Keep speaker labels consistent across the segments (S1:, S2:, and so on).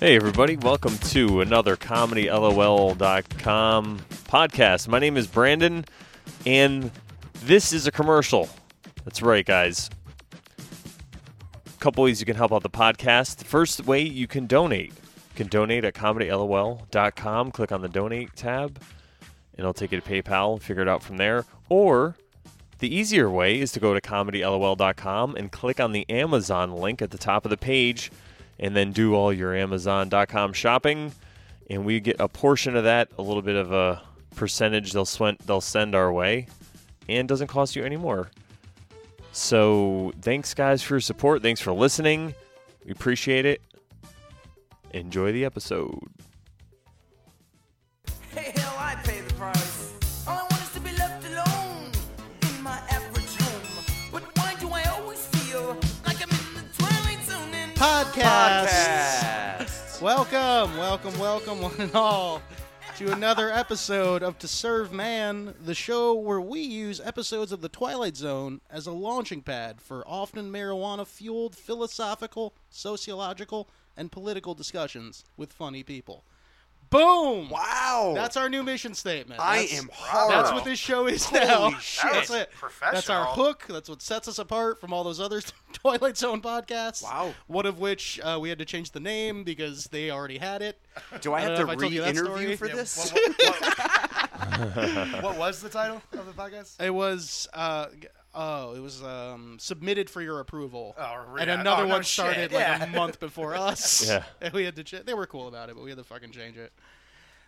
S1: Hey, everybody, welcome to another ComedyLOL.com podcast. My name is Brandon, and this is a commercial. That's right, guys. A couple ways you can help out the podcast. The first way you can donate. You can donate at ComedyLOL.com. Click on the donate tab, and it'll take you to PayPal and figure it out from there. Or the easier way is to go to comedylol.com and click on the Amazon link at the top of the page and then do all your amazon.com shopping and we get a portion of that, a little bit of a percentage they'll swen- they'll send our way and doesn't cost you any more. So, thanks guys for your support. Thanks for listening. We appreciate it. Enjoy the episode.
S2: Hey, hell, I pay the price. All I want is to be left alone in my average home. But why do I always feel like I'm in the twilight zone? And
S3: podcast. Welcome, welcome, welcome, one and all, to another episode of To Serve Man, the show where we use episodes of The Twilight Zone as a launching pad for often marijuana fueled philosophical, sociological, and political discussions with funny people. Boom!
S4: Wow.
S3: That's our new mission statement.
S4: I
S3: That's-
S4: am hard.
S3: That's what this show is now.
S4: shit.
S3: That's it.
S5: Professional.
S3: That's our hook. That's what sets us apart from all those other Twilight Zone podcasts.
S4: Wow.
S3: One of which uh, we had to change the name because they already had it.
S4: Do I
S3: I
S4: have
S3: don't
S4: to
S3: know if I told you that story.
S4: re-interview for
S3: Yeah,
S4: this?
S5: what was the title of the podcast?
S3: It was. Uh, g- Oh, it was um, submitted for your approval,
S5: Oh, really?
S3: and another
S5: Oh,
S3: one
S5: no
S3: started
S5: shit.
S3: like
S5: Yeah.
S3: a month before us.
S1: Yeah.
S3: and we had to. Ch- they were cool about it, but we had to fucking change it.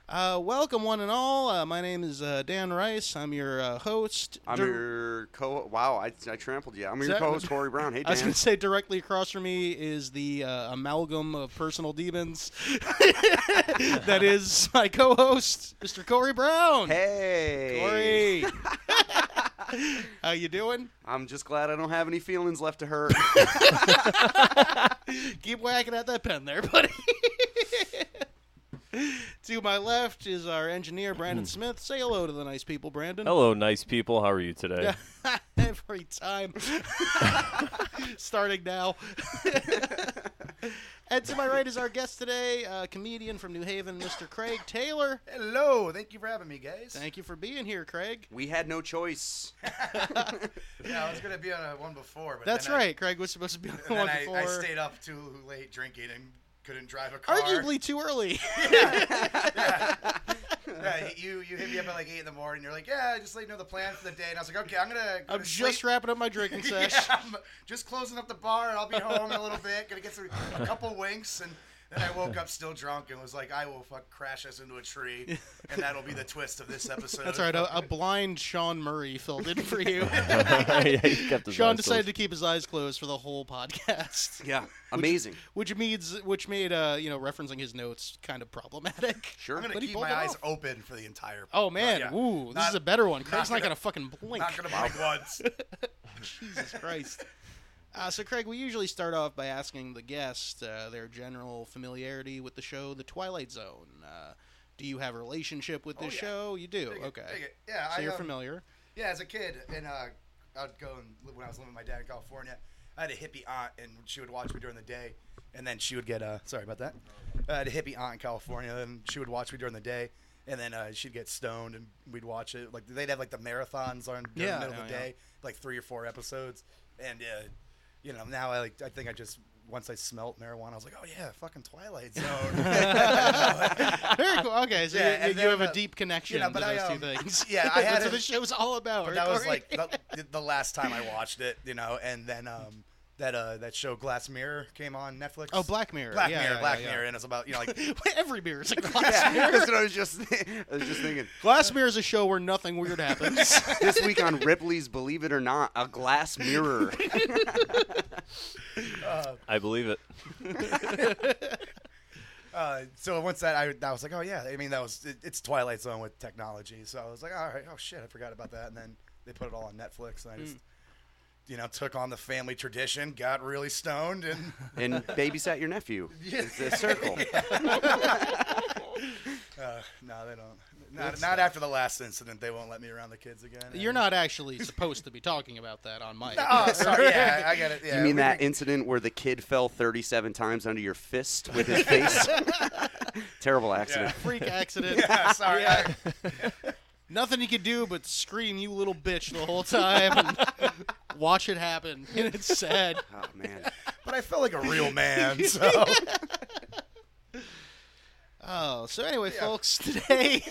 S3: Uh, welcome, one and all. Uh, my name is uh, Dan Rice. I'm your uh, host.
S4: I'm
S3: Dir-
S4: your co. Wow, I, I trampled you. I'm your
S3: that-
S4: co-host Corey Brown. Hey
S3: I was
S4: Dan.
S3: going to say directly across from me is the uh, amalgam of personal demons. that is my co-host, Mr. Corey Brown.
S4: Hey.
S3: Corey, how you doing?
S4: I'm just glad I don't have any feelings left to hurt.
S3: Keep whacking at that pen there, buddy. to my left is our engineer, Brandon Smith. Say hello to the nice people, Brandon.
S1: Hello, nice people. How are you today?
S3: Every time. Starting now. and to my right is our guest today, uh, comedian from New Haven, Mr. Craig Taylor.
S5: Hello, thank you for having me, guys.
S3: Thank you for being here, Craig.
S4: we had no choice.
S5: you. Yeah, I was gonna be on a one before, but
S3: That's
S5: then I-
S3: right. Craig was supposed to be on the
S5: and
S3: one
S5: then
S3: before.
S5: I, I stayed up too late drinking and couldn't drive a car.
S3: Arguably too early.
S5: yeah, you you hit me up at like eight in the morning. You're like, yeah, I just let you know the plan for the day, and I was like, okay, I'm gonna. Go
S3: I'm
S5: to
S3: just
S5: sleep.
S3: wrapping up my drinking sesh.
S5: yeah, I'm just closing up the bar, and I'll be home in a little bit. Gonna get some, a couple winks, and then I woke up still drunk and was like, I will fuck crash us into a tree, and that'll be the twist of this episode.
S3: That's all right. A, a blind Sean Murray filled in for you.
S1: yeah, he kept his
S3: Sean
S1: eyes
S3: decided
S1: closed.
S3: to keep his eyes closed for the whole podcast.
S4: Yeah, amazing.
S3: Which means, which made uh, you know referencing his notes kind of problematic.
S4: Sure.
S5: I'm gonna
S3: But he
S5: keep
S3: pulled
S5: my
S3: it
S5: eyes
S3: off.
S5: open for the entire.
S3: Oh man,
S5: Yeah.
S3: ooh, this
S5: Not-
S3: is a better one. Craig's not
S5: gonna-
S3: gonna, fucking blink.
S5: Not gonna blink once.
S3: Jesus Christ. Uh, so Craig, we usually start off by asking the guest uh, their general familiarity with the show, The Twilight Zone. Uh, do you have a relationship with this
S5: Oh, yeah.
S3: show? You do.
S5: Dig it,
S3: okay.
S5: dig it. Yeah,
S3: So
S5: I,
S3: you're
S5: um,
S3: familiar.
S5: Yeah, as a kid, and uh, I'd go and live, when I was living with my dad in California, I had a hippie aunt, and she would watch me during the day, and then she would get uh, sorry about that. I had a hippie aunt in California, and she would watch me during the day, and then uh, she'd get stoned, and we'd watch it. Like they'd have like the marathons on during
S3: Yeah,
S5: the middle of the
S3: yeah, yeah.
S5: day, like three or four episodes, and uh, you know now I like I think I just. Once I smelt marijuana, I was like, "Oh yeah, fucking Twilight Zone."
S3: Very cool. Okay, so you- you,
S5: Yeah, and
S3: you
S5: then,
S3: have a
S5: uh,
S3: deep connection
S5: you know, but
S3: to
S5: I,
S3: those
S5: um,
S3: two things.
S5: yeah, I
S3: That's
S5: had
S3: what
S5: a-
S3: the show's all about. right,
S5: But that was
S3: Corey?
S5: like the, the last time I watched it, you know. And then um, that uh, that show Glass Mirror came on Netflix.
S3: Oh, Black Mirror.
S5: Black
S3: Yeah,
S5: Mirror,
S3: yeah,
S5: Black
S3: yeah.
S5: Mirror, and it's about you know like
S3: every mirror is a glass
S4: Yeah,
S3: mirror.
S4: that's what I was just. I was just thinking.
S3: Glass mirror is a show where nothing weird happens.
S4: This week on Ripley's Believe It or Not, a glass mirror.
S1: I believe it.
S5: uh, so once that I, I was like, oh yeah, I mean that was it, it's Twilight Zone with technology. So I was like, all right, oh shit, I forgot about that. And then they put it all on Netflix, and I just
S3: Hmm.
S5: you know took on the family tradition, got really stoned, and
S4: and babysat your nephew. It's a circle.
S5: Uh, no, they don't. Not, not after the last incident, they won't let me around the kids again.
S3: You're not actually supposed to be talking about that on mic.
S5: Oh, sorry. Yeah, I got it. Yeah,
S4: you mean
S5: we
S4: that
S5: can-
S4: incident where the kid fell 37 times under your fist with his face? Terrible accident.
S3: Freak accident.
S5: Yeah, sorry. I-
S3: Nothing you could do but scream, "You little bitch!" the whole time and watch it happen. And it's sad.
S4: Oh man.
S5: but I felt like a real man. So
S3: Oh, so anyway, folks, today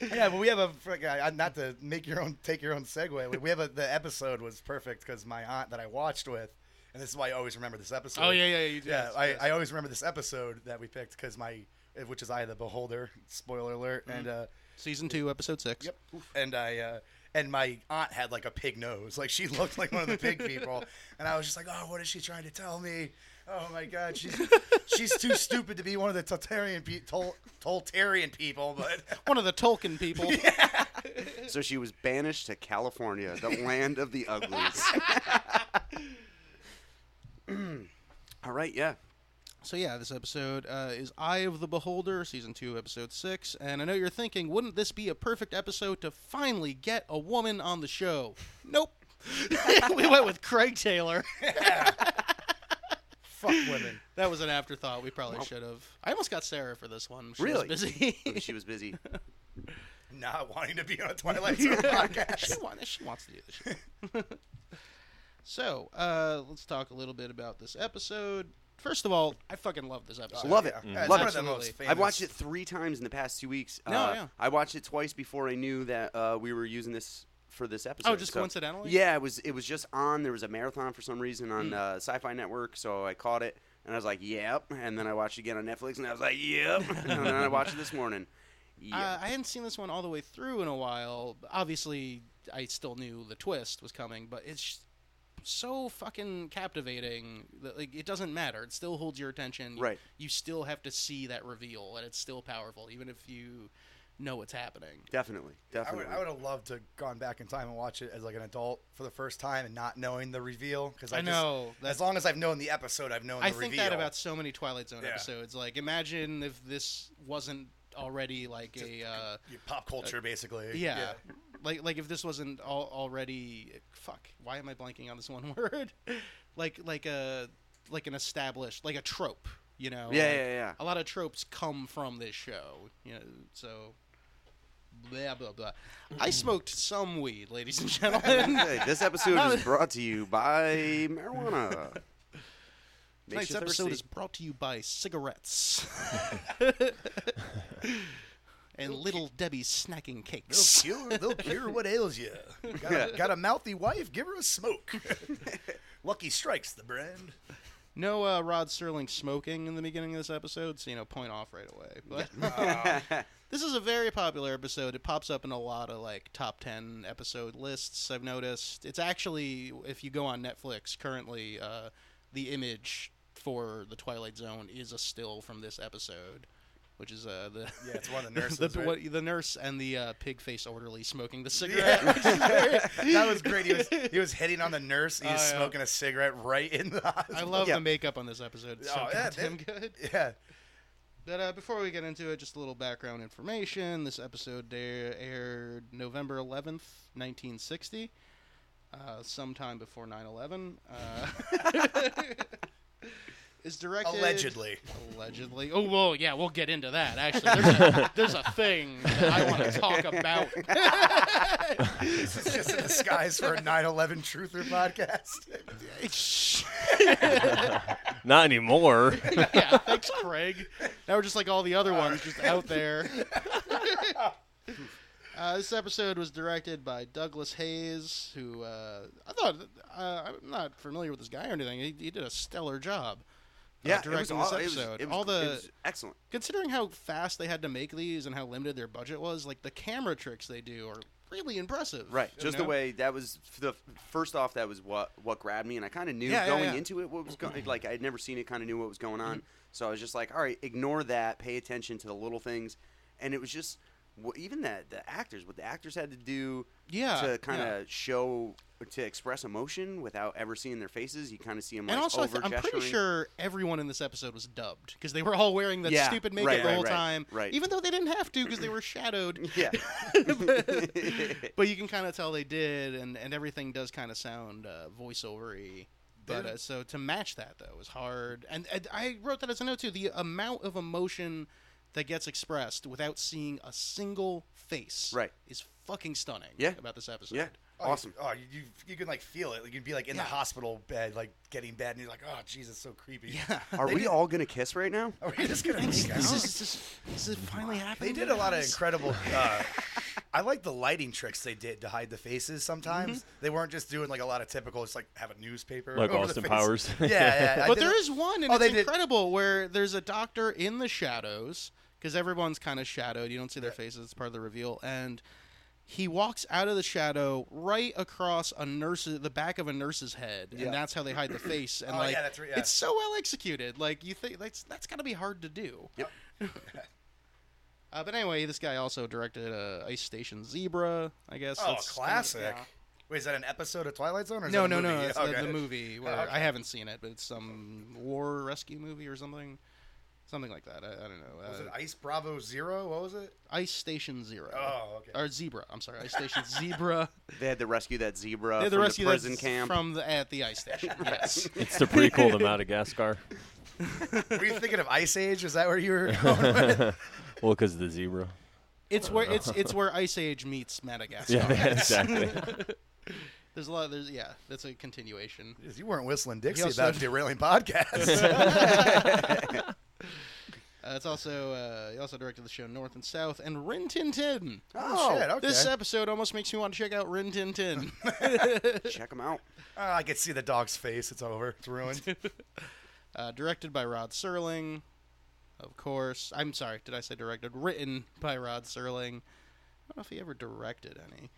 S5: yeah, but we have a frick, I- I- not to make your own take your own segue. We- We have a the episode was perfect because my aunt that I watched with, and this is why I always remember this episode.
S3: Oh, yeah, yeah, you do.
S5: Yeah,
S3: Yes,
S5: I,
S3: yes.
S5: I always remember this episode that we picked because my eh, which is I the Beholder. Spoiler alert.
S3: Mm-hmm.
S5: And uh,
S3: season two, episode six.
S5: Yep. And I uh, and my aunt had like a pig nose. Like she looked like one of the pig people. And I was just like, oh, what is she trying to tell me? Oh my God, she's she's too stupid to be one of the Toltarian pe- Tol- Toltarian people. But
S3: One of the Tolkien people.
S4: So she was banished to California, the land of the uglies. All right, yeah.
S3: So yeah, this episode uh, is Eye of the Beholder, season two, episode six. And I know you're thinking, wouldn't this be a perfect episode to finally get a woman on the show? Nope. we went with Craig Taylor.
S5: fuck women.
S3: That was an afterthought. We probably should have. I almost got Sarah for this one. She was
S4: Really?
S3: busy.
S4: Maybe She was busy.
S5: Not wanting to be on a Twilight Zone podcast.
S3: she wants. She wants to do this. shit. so uh, let's talk a little bit about this episode. First of all, I fucking love this episode.
S4: Love it.
S5: Yeah, it's
S4: Love
S5: one
S4: it.
S5: of the most
S3: Absolutely.
S5: famous.
S4: I've watched it three times in the past two weeks.
S3: No,
S4: uh,
S3: yeah.
S4: I watched it twice before I knew that uh, we were using this for this episode.
S3: Oh, just
S4: so-
S3: coincidentally? Hmm.
S4: Yeah, it was. It was just on. There was a marathon for some reason on uh, Sci-Fi Network, so I caught it and I was like, "Yep." And then I watched it again on Netflix, and I was like, "Yep." and then I watched it this morning. Yeah.
S3: Uh, I hadn't seen this one all the way through in a while. Obviously, I still knew the twist was coming, but it's just so fucking captivating. That, like it doesn't matter; it still holds your attention. You-
S4: Right.
S3: You still have to see that reveal, and it's still powerful, even if you know what's happening.
S4: definitely,
S5: I
S4: definitely.
S5: would, I would have loved to have gone back in time and watch it as like an adult for the first time and not knowing the reveal because I,
S3: I
S5: just-
S3: know,
S5: as
S3: that's-
S5: long as I've known the episode I've known
S3: I
S5: the
S3: think
S5: reveal.
S3: that about so many Twilight Zone
S5: Yeah.
S3: episodes. Like, imagine if this wasn't already like a uh,
S5: Yeah, pop culture basically.
S3: yeah. Like, like if this wasn't all, already fuck. Why am I blanking on this one word? like, like a like an established like a trope. You know.
S4: Yeah,
S3: Like,
S4: yeah, yeah.
S3: A lot of tropes come from this show. You know, so. Blah blah blah. I smoked some weed, ladies and gentlemen.
S4: Hey, this episode is brought to you by marijuana. Makes
S3: Tonight's
S4: you
S3: episode
S4: thirsty.
S3: is uh, brought to you by cigarettes and Little Debbie's snacking cakes.
S5: They'll cure, they'll cure what ails you. Got a, got a mouthy wife? Give her a smoke. Lucky Strikes, the brand.
S3: No uh, Rod Sterling smoking in the beginning of this episode, so you know, point off right away. But uh, this is a very popular episode. It pops up in a lot of like top ten episode lists. I've noticed it's actually if you go on Netflix currently, uh, the image for the Twilight Zone is a still from this episode, which is uh, the
S5: Yeah, it's one of the nurses.
S3: the,
S5: right?
S3: what, the nurse and the uh, pig face orderly smoking the cigarette. which is very-
S5: that was great. He was he was hitting on the nurse. He was
S3: Oh, yeah.
S5: smoking a cigarette right in the
S3: I
S5: hospital.
S3: love
S4: Yeah.
S3: the makeup on this episode. It's so
S5: Oh, yeah,
S3: goddamn
S5: that-
S3: good.
S5: yeah.
S3: But uh, before we get into it, just a little background information. This episode da- aired November 11th, 1960, uh, sometime before 9 11. Uh, is directed.
S5: Allegedly.
S3: Allegedly. Oh, well, yeah, we'll get into that. Actually, there's a, there's a thing that I want to talk about.
S5: This is just a disguise for a 9-11 truther podcast. Oh,
S1: Not anymore.
S3: yeah, thanks, Craig. Now we're just like all the other ones, just out there. Uh, this episode was directed by Douglas Hayes, who uh, I thought uh, I'm not familiar with this guy or anything. He, he did a stellar job. uh,
S4: yeah, it was
S3: directing
S4: all-
S3: this
S4: it was-
S3: episode.
S4: It was,
S3: all the
S4: it was excellent.
S3: considering how fast they had to make these and how limited their budget was, like the camera tricks they do are really impressive.
S4: Right.
S3: you
S4: Just the
S3: know?
S4: way that was the first off that was what what grabbed me and I kind of knew
S3: Yeah, yeah,
S4: going
S3: yeah. Mm-hmm.
S4: into it what was going like I'd never seen it kind of knew what was going on. So I was just like, all right, ignore that, pay attention to the little things. And it was just wh- even that the actors what the actors had to do
S3: Yeah,
S4: to kind of show to express emotion without ever seeing their faces. You kind of see them like
S3: and also, I
S4: over
S3: th- I'm pretty
S4: gesturing.
S3: sure everyone in this episode was dubbed because they were all wearing that
S4: Yeah,
S3: stupid makeup
S4: right,
S3: the
S4: right,
S3: whole
S4: right,
S3: time,
S4: right.
S3: even though they didn't have to because they were shadowed.
S4: Yeah.
S3: But you can kind of tell they did, and, and everything does kind of sound uh, voiceovery. But
S5: Did-
S3: uh, so to match that though was hard, and, and I wrote that as a note too. The amount of emotion that gets expressed without seeing a single face,
S4: Right.
S3: is fucking stunning.
S4: Yeah.
S3: about this episode.
S4: yeah.
S5: Oh,
S4: Awesome.
S5: You, oh, you, you you can like feel it. You can be like in the hospital bed, like getting bad, and you're like, oh, Jesus, so creepy. Yeah.
S4: Are we all gonna kiss right now?
S5: Are we just gonna?
S3: This,
S5: make
S3: this
S5: out?
S3: is, this, is- this is finally happening.
S5: They did a lot of
S3: guys.
S5: incredible. Uh, I like the lighting tricks they did to hide the faces. Sometimes
S3: Mm-hmm.
S5: they weren't just doing like a lot of typical, just like have a newspaper.
S1: Like
S5: over the
S1: Austin
S5: face.
S1: Powers.
S5: Yeah, yeah. I
S3: But
S5: did-
S3: there is one, and
S5: Oh, they
S3: it's
S5: did-
S3: incredible, where there's a doctor in the shadows because everyone's kind of shadowed. You don't see their faces; it's part of the reveal. And he walks out of the shadow right across a nurse's, the back of a nurse's head, and that's how they hide the face. And
S5: Oh, yeah,
S3: like,
S5: that's right, yeah.
S3: it's so well executed. Like you think that's that's got to be hard to do.
S4: Yep.
S3: Uh, but anyway, this guy also directed uh, Ice Station Zebra. I guess.
S5: Oh,
S3: that's-
S5: classic.
S3: yeah.
S5: Wait, is that an episode of Twilight Zone? Or is
S3: No,
S5: that
S3: no,
S5: a
S3: no.
S5: movie?
S3: It's
S5: Okay. Oh,
S3: the, the movie where
S5: okay.
S3: I haven't seen it, but it's some war rescue movie or something, something like that. I, I don't know.
S5: Was it
S3: Uh,
S5: Ice Bravo Zero? What was it?
S3: Ice Station Zero.
S5: Oh, okay.
S3: Or Zebra. I'm sorry. Ice Station Zebra.
S4: They had to rescue that zebra
S5: Uh,
S3: They're
S4: from
S3: the rescue
S4: the prison
S3: that's
S4: camp.
S3: from the at the ice station. Yes.
S1: It's the prequel to Madagascar.
S5: Were you thinking of Ice Age? Is that where you were going?
S1: Well, because of the zebra.
S3: it's where it's it's where Ice Age meets Madagascar.
S1: Yeah, exactly.
S3: There's a lot. Of, there's yeah. That's a continuation.
S5: you weren't whistling Dixie
S3: also-
S5: about derailing podcasts.
S3: Uh, it's also uh, he also directed the show North and South and Rin Tin Tin.
S5: oh, shit. Okay.
S3: This episode almost makes me want to check out Rin Tin Tin.
S4: Check them out.
S5: Oh, I could see the dog's face. It's over. It's ruined.
S3: uh, directed by Rod Serling, of course. I'm sorry, did I say directed? Written by Rod Serling. I don't know if he ever directed any.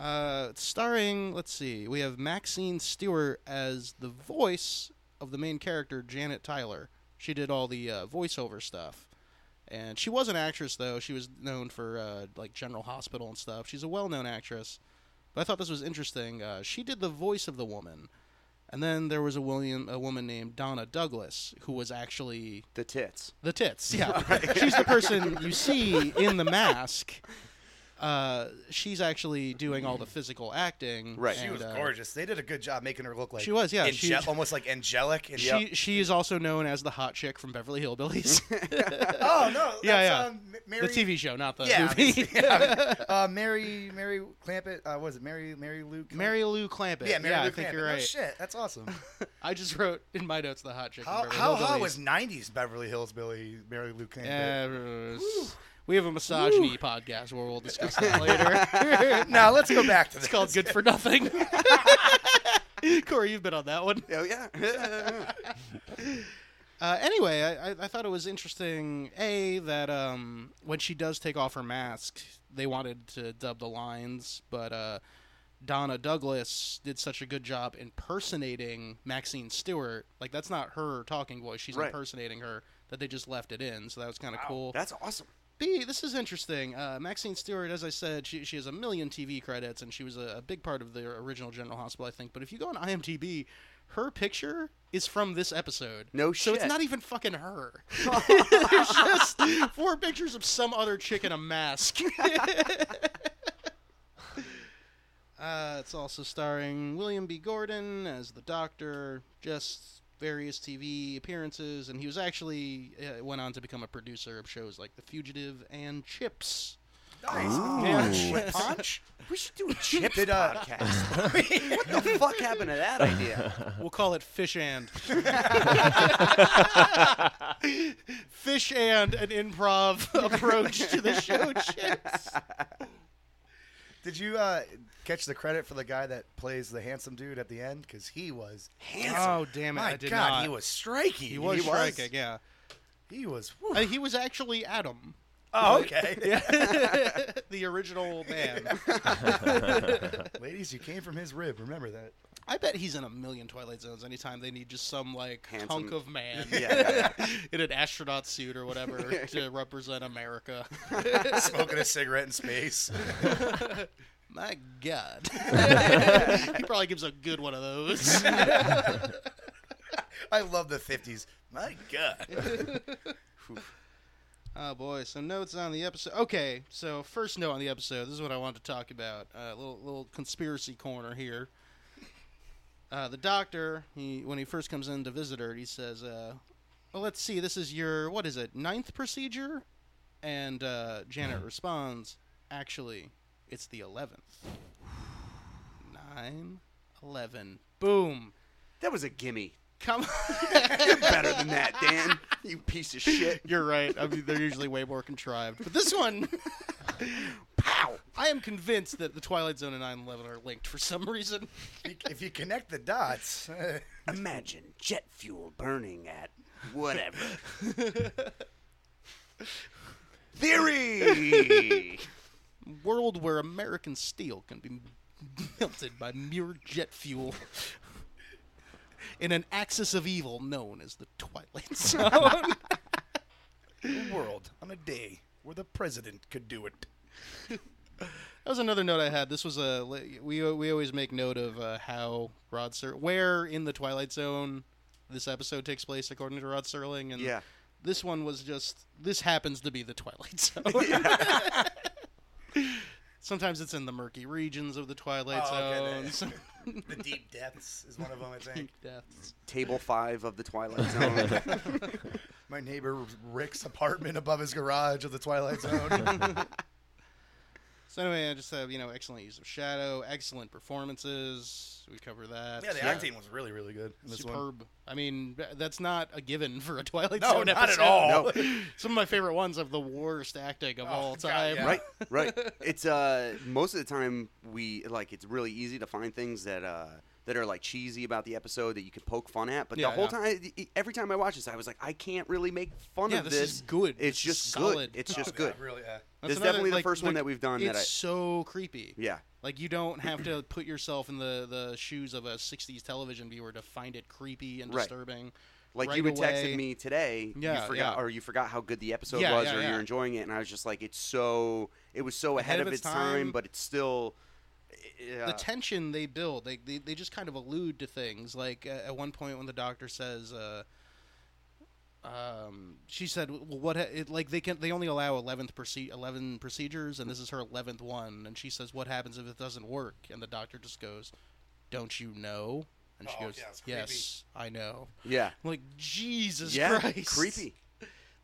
S3: Uh, starring, let's see, we have Maxine Stewart as the voice of the main character, Janet Tyler. She did all the uh, voiceover stuff. And she was an actress, though. She was known for, uh, like, General Hospital and stuff. She's a well known actress. But I thought this was interesting. Uh, she did the voice of the woman. And then there was a, William, a woman named Donna Douglas, who was actually
S4: The tits.
S3: the tits, yeah. she's the person you see in the mask. Uh, she's actually doing all the physical acting.
S4: Right.
S5: She
S3: and,
S5: was
S3: uh,
S5: gorgeous. They did a good job making her look like
S3: She was, yeah,
S5: ange-
S3: she-
S5: almost like angelic. And
S3: She she is also known as the hot chick from Beverly Hillbillies,
S5: oh no,
S3: Yeah,
S5: that's,
S3: yeah.
S5: Um, M- Mary,
S3: the TV show, not the
S5: yeah,
S3: movie.
S5: yeah. Uh, Mary, Mary Clampett. Uh, what was it Mary, Mary Lou? Clamp-
S3: Mary Lou Clampett.
S5: yeah, Mary Lou
S3: I think
S5: Clampett.
S3: you're
S5: No
S3: right.
S5: shit, that's awesome.
S3: I just wrote in my notes the hot chick.
S5: How
S3: from
S5: how
S3: Beverly
S5: hot
S3: Hillbillies.
S5: was '90s Beverly Hills Billy Mary Lou Clampett?
S3: Yeah, it was- we have a misogyny podcast where we'll discuss that later.
S5: now let's go back to this.
S3: it's called Good for Nothing. Corey, you've been on that one.
S4: Oh yeah.
S3: Uh, anyway, I, I- I thought it was interesting. A that um, when she does take off her mask, they wanted to dub the lines, but uh, Donna Douglas did such a good job impersonating Maxine Stewart. Like that's not her talking voice; she's
S4: Right.
S3: impersonating her. That they just left it in, so that was kind of cool.
S4: That's awesome.
S3: B, this is interesting. Uh, Maxine Stewart, as I said, she, she has a million TV credits, and she was a, a big part of the original General Hospital, I think. But if you go on IMDb, her picture is from this episode.
S4: No
S3: So it's
S4: shit.
S3: not even fucking her. There's just four pictures of some other chick in a mask. uh, it's also starring William B. Gordon as the Doctor, just various TV appearances, and he was actually uh, went on to become a producer of shows like The Fugitive and Chips.
S4: Oh,
S5: Nice. Punch. Punch.
S4: We should do a chips
S5: Did, uh,
S4: podcast. what the fuck happened to that idea?
S3: We'll call it Fish and. Fish and an improv approach to the show Chips.
S5: Did you uh, catch the credit for the guy that plays the handsome dude at the end? Because he was
S3: Oh damn it!
S5: My
S3: I did
S5: God,
S3: not.
S5: he was striking.
S3: He was striking. Yeah,
S5: He was. whew.
S3: Uh, he was actually Adam,
S5: Oh, okay.
S3: the original man.
S5: Ladies, you came from his rib. Remember that.
S3: I bet he's in a million Twilight Zones. Anytime they need just some like
S4: Handsome-
S3: hunk of man
S4: Yeah.
S3: in an astronaut suit or whatever to represent America.
S5: Smoking a cigarette in space.
S3: My God. he probably gives a good one of those.
S5: I love the 50s. My God.
S3: Oh boy, some notes on the episode. Okay, so first note on the episode. This is what I wanted to talk about. A uh, little little conspiracy corner here. Uh, the doctor, he when he first comes in to visit her, he says, uh, "Well, let's see. This is your what is it ninth procedure?" And uh, Janet responds, "Actually, it's the eleventh. Nine, eleven. Boom.
S4: That was a gimme.
S3: Come on."
S4: Better than that, Dan. You piece of shit.
S3: You're right. I mean, they're usually way more contrived. But this one,
S4: Pow.
S3: I am convinced that the Twilight Zone and 9/11 are linked for some reason.
S5: if you connect the dots,
S4: Imagine jet fuel burning at whatever. Theory.
S3: World where American steel can be melted by mere jet fuel. In an axis of evil known as the Twilight Zone.
S5: world on a day where the president could do it.
S3: That was another note I had. This was a we we always make note of uh, how Rod Ser- where in the Twilight Zone this episode takes place according to Rod Serling and
S4: Yeah.
S3: this one was just this happens to be the Twilight Zone. Sometimes it's in the murky regions of the Twilight
S5: Oh, okay,
S3: Zone.
S5: there.
S3: some
S5: The deep depths is one of them, I think.
S3: fake deaths.
S4: Table five of the Twilight Zone.
S5: My neighbor Rick's apartment above his garage of the Twilight Zone.
S3: So anyway, I just have you know excellent use of shadow, excellent performances. We cover that.
S5: yeah, the acting was really, really good. in this one.
S3: superb. I mean, th- that's not a given for a Twilight
S5: No,
S3: Zone
S5: not at
S3: episode.
S5: all.
S3: Some of my favorite ones have the worst acting of
S5: Oh,
S3: all
S5: God,
S3: time.
S5: yeah.
S4: right right it's uh most of the time we like it's really easy to find things that uh that are like cheesy about the episode that you can poke fun at but
S3: Yeah,
S4: the whole
S3: yeah.
S4: time e, every time i watch this i was like i can't really make fun
S3: Yeah,
S4: of
S3: this
S4: this,
S3: is good.
S4: it's
S3: This is
S4: just
S3: solid.
S4: good it's
S5: Oh,
S4: just
S5: God,
S4: good
S5: Really, yeah.
S3: That's
S4: It's
S3: another,
S4: definitely the
S3: like,
S4: first one
S3: the-
S4: that we've done
S3: It's
S4: that I-
S3: so creepy.
S4: yeah
S3: Like you don't have to put yourself in the, the shoes of a '60s television viewer to find it creepy and
S4: Right.
S3: disturbing.
S4: like
S3: right
S4: you had
S3: away.
S4: texted me today
S3: Yeah,
S4: you forgot
S3: yeah.
S4: or you forgot how good the episode
S3: Yeah,
S4: was
S3: yeah,
S4: or
S3: yeah.
S4: you're enjoying it and i was just like it's so it was so ahead, of its, time, but it's still uh,
S3: the tension they build they, they they just kind of allude to things like uh, at one point when the doctor says uh um, she said, "Well, what? Ha- it, like they can? They only allow eleventh proce- eleven procedures, and this is her eleventh one." And she says, "What happens if it doesn't work?" And the doctor just goes, "Don't you know?" And she
S5: Oh,
S3: goes,
S5: yeah, it's creepy.
S3: "Yes, I know."
S4: yeah
S3: I'm like Jesus
S4: yeah
S3: Christ,
S4: creepy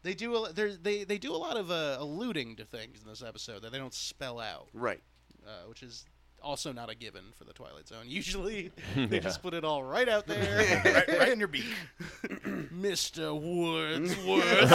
S3: They do. A, there's- they they do a lot of uh, alluding to things in this episode that they don't spell out
S4: right
S3: uh, which is also not a given for the Twilight Zone. Usually, they just put it all right out there.
S5: right, right in your beak.
S3: Mr. Wordsworth.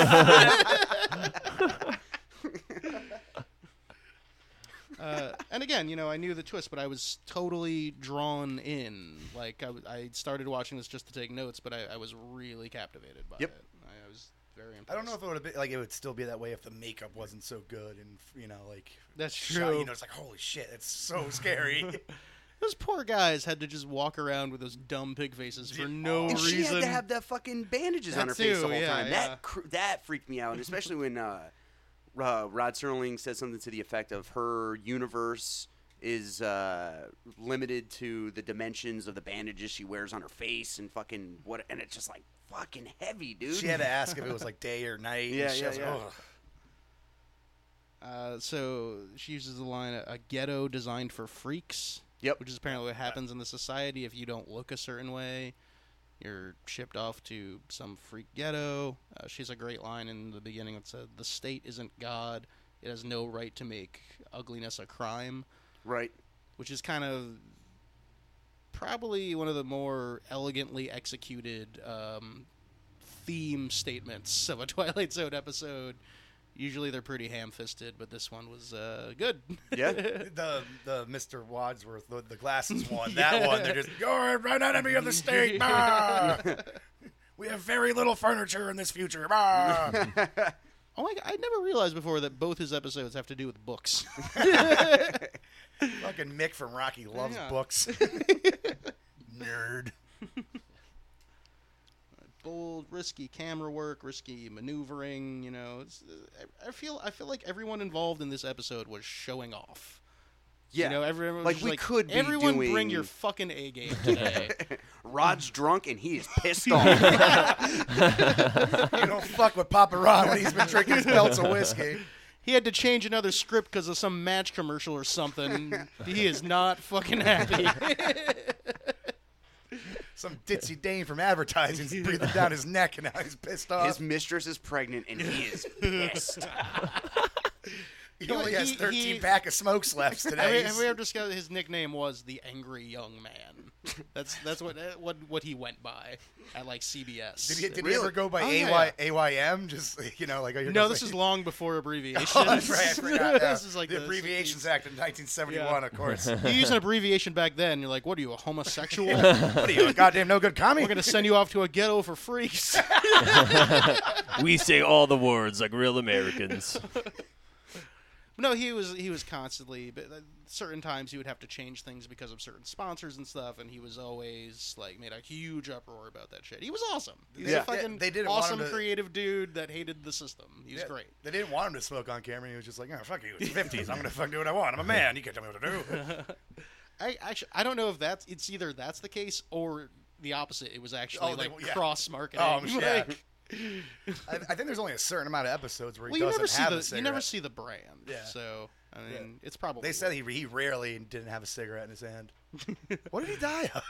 S3: uh, and again, you know, I knew the twist, but I was totally drawn in. Like, I, w- I started watching this just to take notes, but I, I was really captivated by
S4: Yep.
S3: it. I, I was very impressed.
S5: I don't know if it would have been like it would still be that way if the makeup wasn't so good and you know like
S3: That's
S5: shot,
S3: true.
S5: You know, it's like holy shit, it's so scary.
S3: Those poor guys had to just walk around with those dumb pig faces for no
S4: And
S3: reason.
S4: she had to have that fucking bandages
S3: That
S4: on her face
S3: too,
S4: the whole
S3: yeah,
S4: time.
S3: yeah.
S4: That cr- that freaked me out, and especially when uh, uh, Rod Serling said something to the effect of her universe is uh, limited to the dimensions of the bandages she wears on her face and fucking what, and it's just like fucking heavy, dude.
S5: she had to ask if it was like day or night. and
S4: Yeah,
S5: she
S4: yeah,
S5: was like,
S4: yeah.
S5: "Ugh."
S3: Uh, so she uses the line a ghetto designed for freaks.
S4: Yep.
S3: Which is apparently what happens in the society if you don't look a certain way. You're shipped off to some freak ghetto. Uh, she's a great line in the beginning that said, The state isn't God. It has no right to make ugliness a crime.
S4: right.
S3: Which is kind of probably one of the more elegantly executed um, theme statements of a Twilight Zone episode. Usually they're pretty ham fisted, but this one was uh, good.
S4: Yeah.
S5: the the Mr. Wadsworth, the, the glasses one, that one. They're just you're an enemy of the state. Ah! we have very little furniture in this future. Ah!
S3: oh, my God, I never realized before that both his episodes have to do with books.
S5: Fucking Mick from Rocky loves
S3: Yeah.
S5: books. Nerd.
S3: Bold, risky camera work, risky maneuvering. uh, You know, it's, I, I feel I feel like everyone involved in this episode was showing off.
S4: Yeah.
S3: You know, everyone was
S4: Like,
S3: just
S4: we
S3: like,
S4: could be
S3: everyone bring
S4: doing-
S3: your fucking A game today.
S4: Rod's drunk and he is pissed off.
S5: you don't fuck with Papa Rod when he's been drinking his belts of whiskey.
S3: he had to change another script because of some match commercial or something. he is not fucking happy.
S5: Some ditzy dame from advertising's breathing down his neck, and now he's pissed off.
S4: His mistress is pregnant and he is pissed.
S5: he only has
S3: he-
S5: 13
S3: he-
S5: pack of smokes left
S3: have, we,
S5: today.
S3: have we ever discussed his nickname was the angry young man? That's that's what eh, what what he went by at like CBS.
S5: did he, did he
S4: Really?
S5: ever go by
S3: Oh,
S5: AY,
S3: yeah,
S5: AYM? Just, you know, like, oh, you're
S3: no,
S5: gonna
S3: this
S5: say-
S3: is long before abbreviations.
S5: Oh, that's right. I forgot.
S3: this is like
S5: the
S3: this.
S5: Abbreviations Act of 1971,
S3: Yeah.
S5: of course.
S3: You use an abbreviation back then, you're like, "What are you, a homosexual? We're
S5: what are you, a goddamn no good commie?
S3: gonna send you off to a ghetto for freaks."
S1: we say all the words like real Americans.
S3: No, he was he was constantly, but uh, certain times he would have to change things because of certain sponsors and stuff, and he was always like made a huge uproar about that shit. He was awesome. He's
S5: Yeah.
S3: a fucking
S5: They- they didn't want
S3: awesome
S5: him to-
S3: creative dude that hated the system. He was
S5: Yeah,
S3: great.
S5: They didn't want him to smoke on camera. He was just like, oh, fuck you. It's the 50s. I'm going to fucking do what I want. I'm a man. You can't tell me what to do.
S3: I actually I don't know if that's it's either that's the case or the opposite. It was actually
S5: Oh, they-
S3: like
S5: yeah.
S3: cross marketing.
S5: Oh, I'm sure.
S3: Like,
S5: I, I think there's only a certain amount of episodes where he
S3: well, you
S5: doesn't
S3: never see
S5: have
S3: the
S5: a cigarette.
S3: you never see the brand.
S5: Yeah.
S3: So I mean,
S5: Yeah.
S3: it's probably
S5: They said he, he rarely didn't have a cigarette in his hand. what did he die of?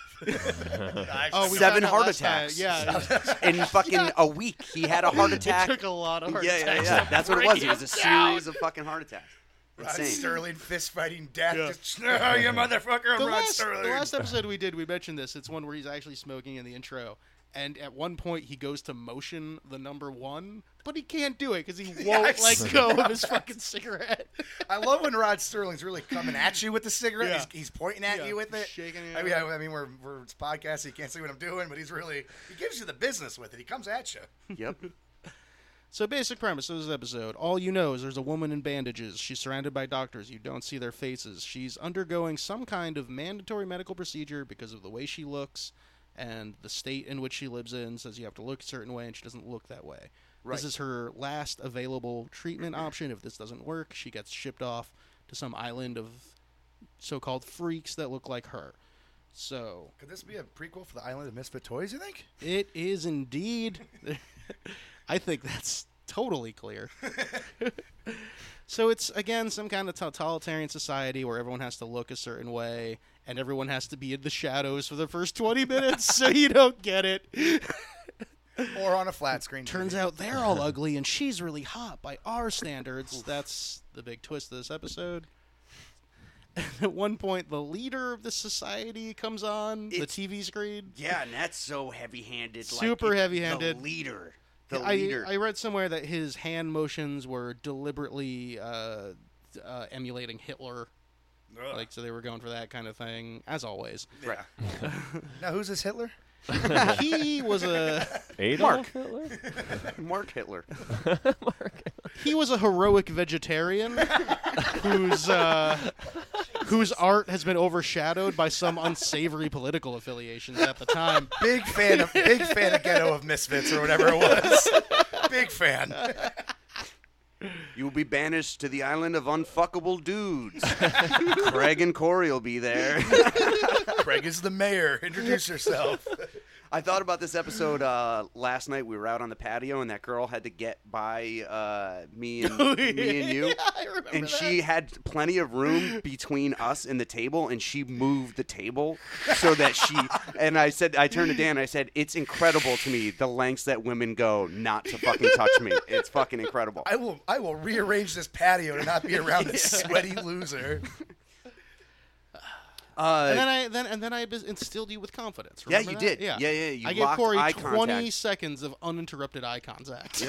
S3: oh, we
S4: Seven
S3: found out
S4: heart
S3: last time.
S4: attacks.
S3: Yeah. it-
S4: In fucking a week, he had a heart
S3: It
S4: attack.
S3: took a lot of heart
S4: yeah, yeah,
S3: attacks.
S4: yeah.
S3: to
S4: That's what it was. It
S3: break
S4: was a
S3: him down.
S4: series of fucking heart attacks.
S5: Rod
S4: Insane.
S5: Sterling fist fighting death. Just, "Oh, you motherfucker, I'm
S3: the
S5: Rod
S3: last, the
S5: Sterling.
S3: last episode we did, we mentioned this. It's one where he's actually smoking in the intro, and at one point he goes to motion the number one, but he can't do it because he won't
S5: I
S3: let
S5: see
S3: go of his fucking cigarette.
S5: I love when Rod Sterling's really coming at you with the cigarette.
S3: Yeah.
S5: He's, he's pointing at
S3: Yeah,
S5: you with it.
S3: shaking it
S5: I mean, I,
S3: up.
S5: I mean, we're we're it's podcast. So you can't see what I'm doing, but he's really he gives you the business with it. He comes at you.
S4: Yep.
S3: So basic premise of this episode: all you know is there's a woman in bandages. She's surrounded by doctors. You don't see their faces. She's undergoing some kind of mandatory medical procedure because of the way she looks, and the state in which she lives in says you have to look a certain way, and she doesn't look that way.
S4: Right.
S3: This is her last available treatment option. If this doesn't work, she gets shipped off to some island of so-called freaks that look like her. So
S5: Could this be a prequel for the Island of Misfit Toys? You think?
S3: it is indeed. I think that's totally clear. so it's again some kind of totalitarian society where everyone has to look a certain way and everyone has to be in the shadows for the first 20 minutes so you don't get it.
S5: Or on a flat screen?
S3: Turns
S5: TV.
S3: out they're all ugly and she's really hot by our standards. That's the big twist of this episode. And at one point the leader of the society comes on
S4: It's-
S3: the TV screen.
S4: Yeah, and that's so heavy-handed. like,
S3: Super
S4: it-
S3: heavy-handed.
S4: The leader. The
S3: I,
S4: leader.
S3: I read somewhere that his hand motions were deliberately uh, uh, emulating Hitler.
S5: Ugh.
S3: Like, so they were going for that kind of thing, as always.
S4: Right.
S5: now who's this Hitler?
S3: he was a
S1: Adolf Hitler?
S4: Mark Hitler.
S3: he was a heroic vegetarian whose uh, whose art has been overshadowed by some unsavory political affiliations at the time.
S5: Big fan of big fan of Ghetto of Misfits or whatever it was. big fan.
S4: You will be banished to the island of unfuckable dudes. Craig and Corey will be there.
S5: Craig is the mayor. Introduce yourself.
S4: I thought about this episode uh, last night. We were out on the patio, and that girl had to get by uh, me and me and you.
S3: Yeah, I remember
S4: and
S3: that.
S4: she had plenty of room between us and the table, and she moved the table so that she. And I said, I turned to Dan. I said, "It's incredible to me the lengths that women go not to fucking touch me. It's fucking incredible."
S5: I will I will rearrange this patio to not be around this sweaty loser.
S4: Uh,
S3: And then I then and then I bis- instilled you with confidence.
S4: Yeah,
S3: Remember
S4: you
S3: that?
S4: did. Yeah, yeah, you
S3: I gave
S4: locked
S3: Corey
S4: eye
S3: twenty
S4: contact.
S3: seconds of uninterrupted eye contact.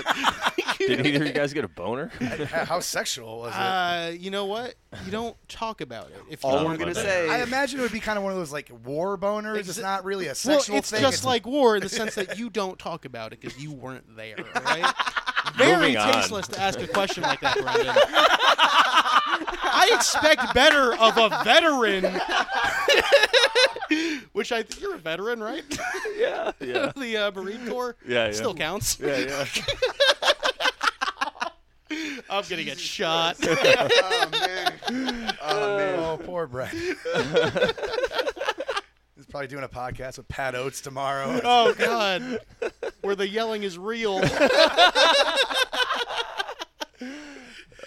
S1: Did either of you guys get a boner?
S5: How how sexual was it?
S3: Uh, you know what? You don't talk about it. If you
S4: all
S3: don't-
S4: I'm gonna
S1: bad.
S4: say.
S5: I imagine it would be kind of one of those like war boners.
S3: Exa-
S5: It's not really a
S3: well,
S5: sexual
S3: it's
S5: thing.
S3: just like war in the sense that you don't talk about it because you weren't there, right? Very
S1: Moving on.
S3: tasteless to ask a question like that, Brendan. I expect better of a veteran. Which I think you're a veteran, right?
S1: yeah. Yeah.
S3: the uh, Marine Corps
S1: Yeah, yeah.
S3: still counts.
S1: Yeah, yeah.
S3: I'm gonna get shot.
S5: oh man,
S4: Oh man.
S5: Oh, poor Brad. He's probably doing a podcast with Pat Oates tomorrow.
S3: Oh God, where the yelling is real.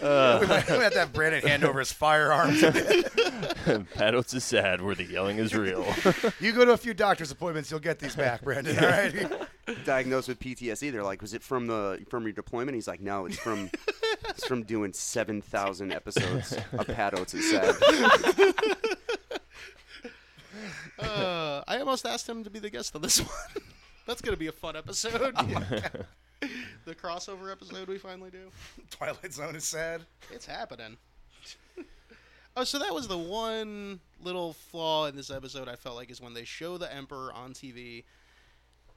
S5: we might we might have to have Brandon hand over his firearms.
S1: Pat Oates is sad where the yelling is real.
S5: you go to a few doctor's appointments, you'll get these back, Brandon. All right.
S4: Diagnosed with PTSD. They're like, was it from the from your deployment? He's like, no, it's from it's from doing seven thousand episodes of Pat Oates is sad.
S3: Uh, I almost asked him to be the guest on this one. That's gonna be a fun episode. the crossover episode we finally do.
S5: Twilight Zone is sad.
S3: It's happening. oh, so that was the one little flaw in this episode I felt like is when they show the Emperor on TV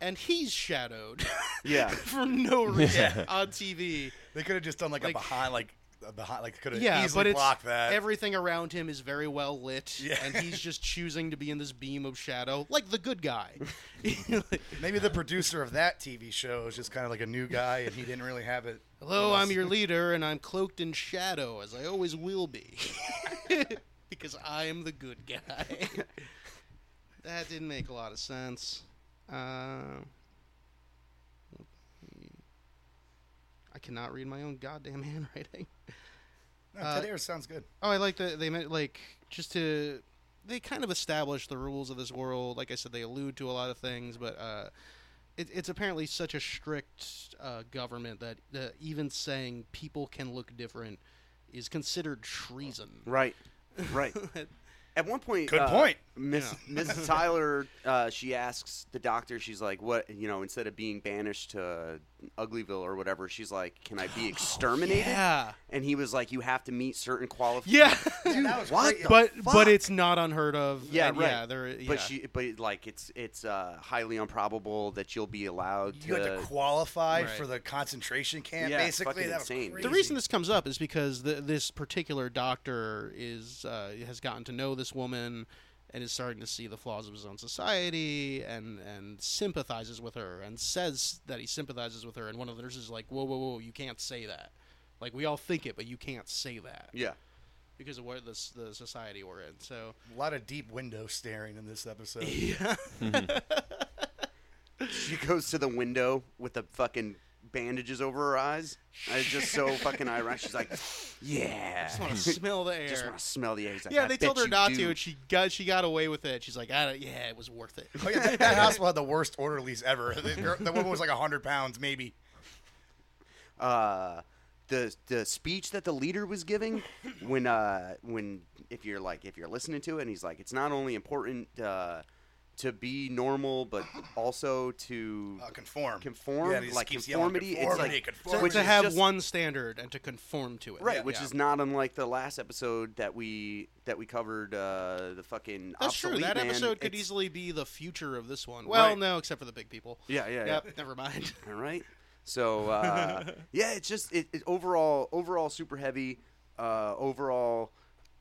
S3: and he's shadowed
S4: Yeah.
S3: for no reason on TV.
S5: They could have just done like, a
S3: Like-
S5: behind, like a behind, like could have
S3: Yeah,
S5: easily
S3: but it's
S5: blocked that.
S3: everything around him is very well lit
S5: Yeah.
S3: and he's just choosing to be in this beam of shadow like the good guy. Like,
S5: Maybe the producer of that TV show is just kind of like a new guy, and he didn't really have it.
S3: Hello,
S5: with us.
S3: I'm your leader, and I'm cloaked in shadow, as I always will be. because I am the good guy. that didn't make a lot of sense. Uh, I cannot read my own goddamn handwriting.
S5: No, Ted Ayers sounds good.
S3: Oh, I like that they meant like just to they kind of establish the rules of this world. Like I said, they allude to a lot of things, but uh, it, it's apparently such a strict uh, government that uh, even saying people can look different is considered treason.
S4: Right. Right. At one point,
S5: Good
S4: uh,
S5: point.
S4: Miss Miss Tyler, uh, she asks the doctor, she's like, "What? You know, instead of being banished to Uglyville or whatever, she's like, can I be exterminated?"
S3: Oh, Yeah,
S4: And he was like, "You have to meet certain qualifications."
S3: yeah,
S5: that was
S4: what
S5: great.
S4: the
S3: but
S4: fuck?
S3: but it's not unheard of.
S4: yeah,
S3: and
S4: right.
S3: Yeah, there. Yeah.
S4: But she, but like, it's it's uh, highly improbable that you'll be allowed
S5: You had
S4: to.
S5: to qualify
S3: Right.
S5: for the concentration camp,
S4: Yeah, it's
S5: basically.
S4: fucking
S5: That was
S4: insane, dude.
S5: crazy.
S3: the reason this comes up is because th this particular doctor is uh, has gotten to know this woman and is starting to see the flaws of his own society and and sympathizes with her and says that he sympathizes with her and one of the nurses is like whoa whoa whoa you can't say that like we all think it but you can't say that
S4: yeah,
S3: because of where this the society we're in so
S5: a lot of deep window staring in this episode.
S4: she goes to the window with the fucking bandages over her eyes. It's just so fucking ironic. She's like, "Yeah,
S3: I just want to smell the air
S4: just want to smell the air." He's like,
S3: yeah
S4: "I
S3: they
S4: bet
S3: told her
S4: you
S3: not
S4: do."
S3: to and she got she got away with it she's like I don't, yeah it was worth it
S5: Oh, yeah, that, that hospital had the worst orderlies ever. The, girl, the woman was like 100 pounds, maybe.
S4: uh, the the speech that the leader was giving when uh when if you're like if you're listening to it and he's like it's not only important uh, to be normal but also to
S5: Uh, conform.
S4: Conform?
S5: Yeah, he just
S4: Like
S5: keeps yelling,
S4: conformity? It's
S5: conformity,
S4: like-
S5: conformity.
S4: Which
S3: to
S4: is
S3: have
S4: just-
S3: one standard and to conform to it
S4: right
S3: Yeah.
S4: which
S3: Yeah.
S4: is not unlike the last episode that we that we covered uh, the fucking
S3: That's true.
S4: obsolete
S3: That
S4: man.
S3: episode could
S4: It's-
S3: easily be the future of this one. Well,
S4: Right.
S3: no, except for the big people.
S4: yeah yeah yeah
S3: Yep. Never mind.
S4: All right. So uh, yeah, it's just it, it overall overall super heavy. Uh, overall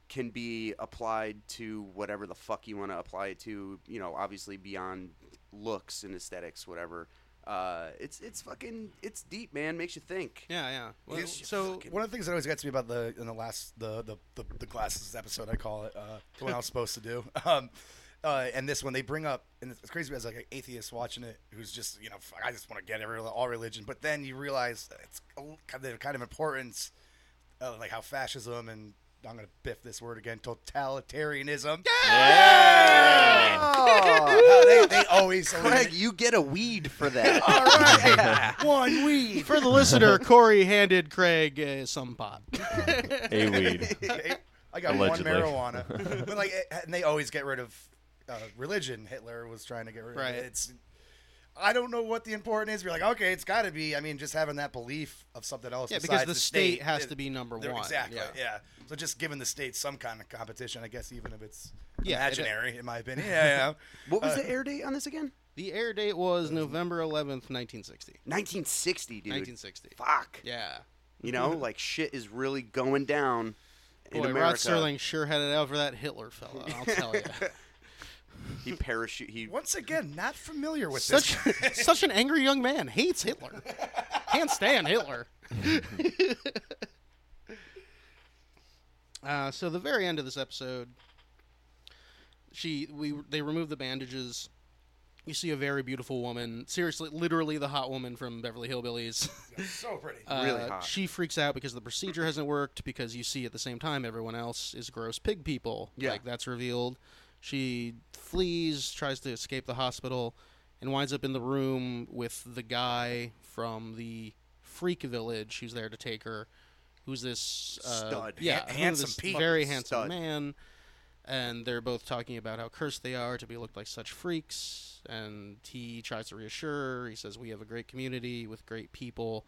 S4: can be applied to whatever the fuck you want to apply it to. You know, obviously beyond looks and aesthetics, whatever. Uh, it's it's fucking it's deep, man. Makes you think.
S3: Yeah, yeah. Well,
S5: Yes, you
S3: so
S5: One of the things that always got to me about the in the last the the, the, the glasses episode I call it uh, the one I was supposed to do, um, uh, and this one they bring up and it's crazy as like an atheist watching it who's just you know fuck, I just want to get every all religion, but then you realize it's a- the kind of importance of like how fascism and I'm gonna biff this word again totalitarianism. How they, they always
S4: Craig, you get a weed for that.
S5: all right, one weed.
S3: for the listener, Corey handed Craig uh, some pot.
S1: hey, weed.
S5: I got
S1: Allegedly.
S5: one marijuana. but like, it- and they always get rid of uh, religion. Hitler was trying to get rid
S3: Right.
S5: of it. It's, I don't know what the important is. We're like, okay, it's got to be. I mean, just having that belief of something else.
S3: Yeah, because
S5: besides
S3: the
S5: the
S3: state
S5: state
S3: has
S5: it-
S3: to be number
S5: they're-
S3: one,
S5: Exactly.
S3: yeah.
S5: Yeah. So just giving the state some kind of competition, I guess, even if it's
S3: Yeah, it-
S5: imaginary, in my opinion. Yeah. yeah.
S4: what
S3: Uh,
S4: was the air date on this again?
S3: The air date was November 11th, 1960.
S4: 1960, dude.
S3: 1960.
S4: Fuck.
S3: Yeah.
S4: You know, like shit is really going down in
S3: Boy,
S4: America.
S3: Rod Sterling sure had it out for that Hitler fella. I'll tell you.
S4: He parachute. He
S5: Once again, not familiar with
S3: such
S5: this.
S3: such an angry young man hates Hitler. Can't stand Hitler. Uh, so the very end of this episode, she we they remove the bandages. You see a very beautiful woman. Seriously, literally the hot woman from Beverly Hillbillies.
S5: so pretty.
S4: Really
S3: Uh,
S4: hot.
S3: She freaks out because the procedure hasn't worked because you see at the same time everyone else is gross pig people.
S4: Yeah.
S3: Like that's revealed. She flees, tries to escape the hospital, and winds up in the room with the guy from the freak village who's there to take her, who's this uh,
S4: Stud.
S3: Yeah,
S5: Ha-
S3: who's
S5: handsome
S3: this
S5: Pete.
S3: Very handsome
S4: Stud.
S3: man. And they're both talking about how cursed they are to be looked like such freaks. And he tries to reassure. her. He says, We have a great community with great people.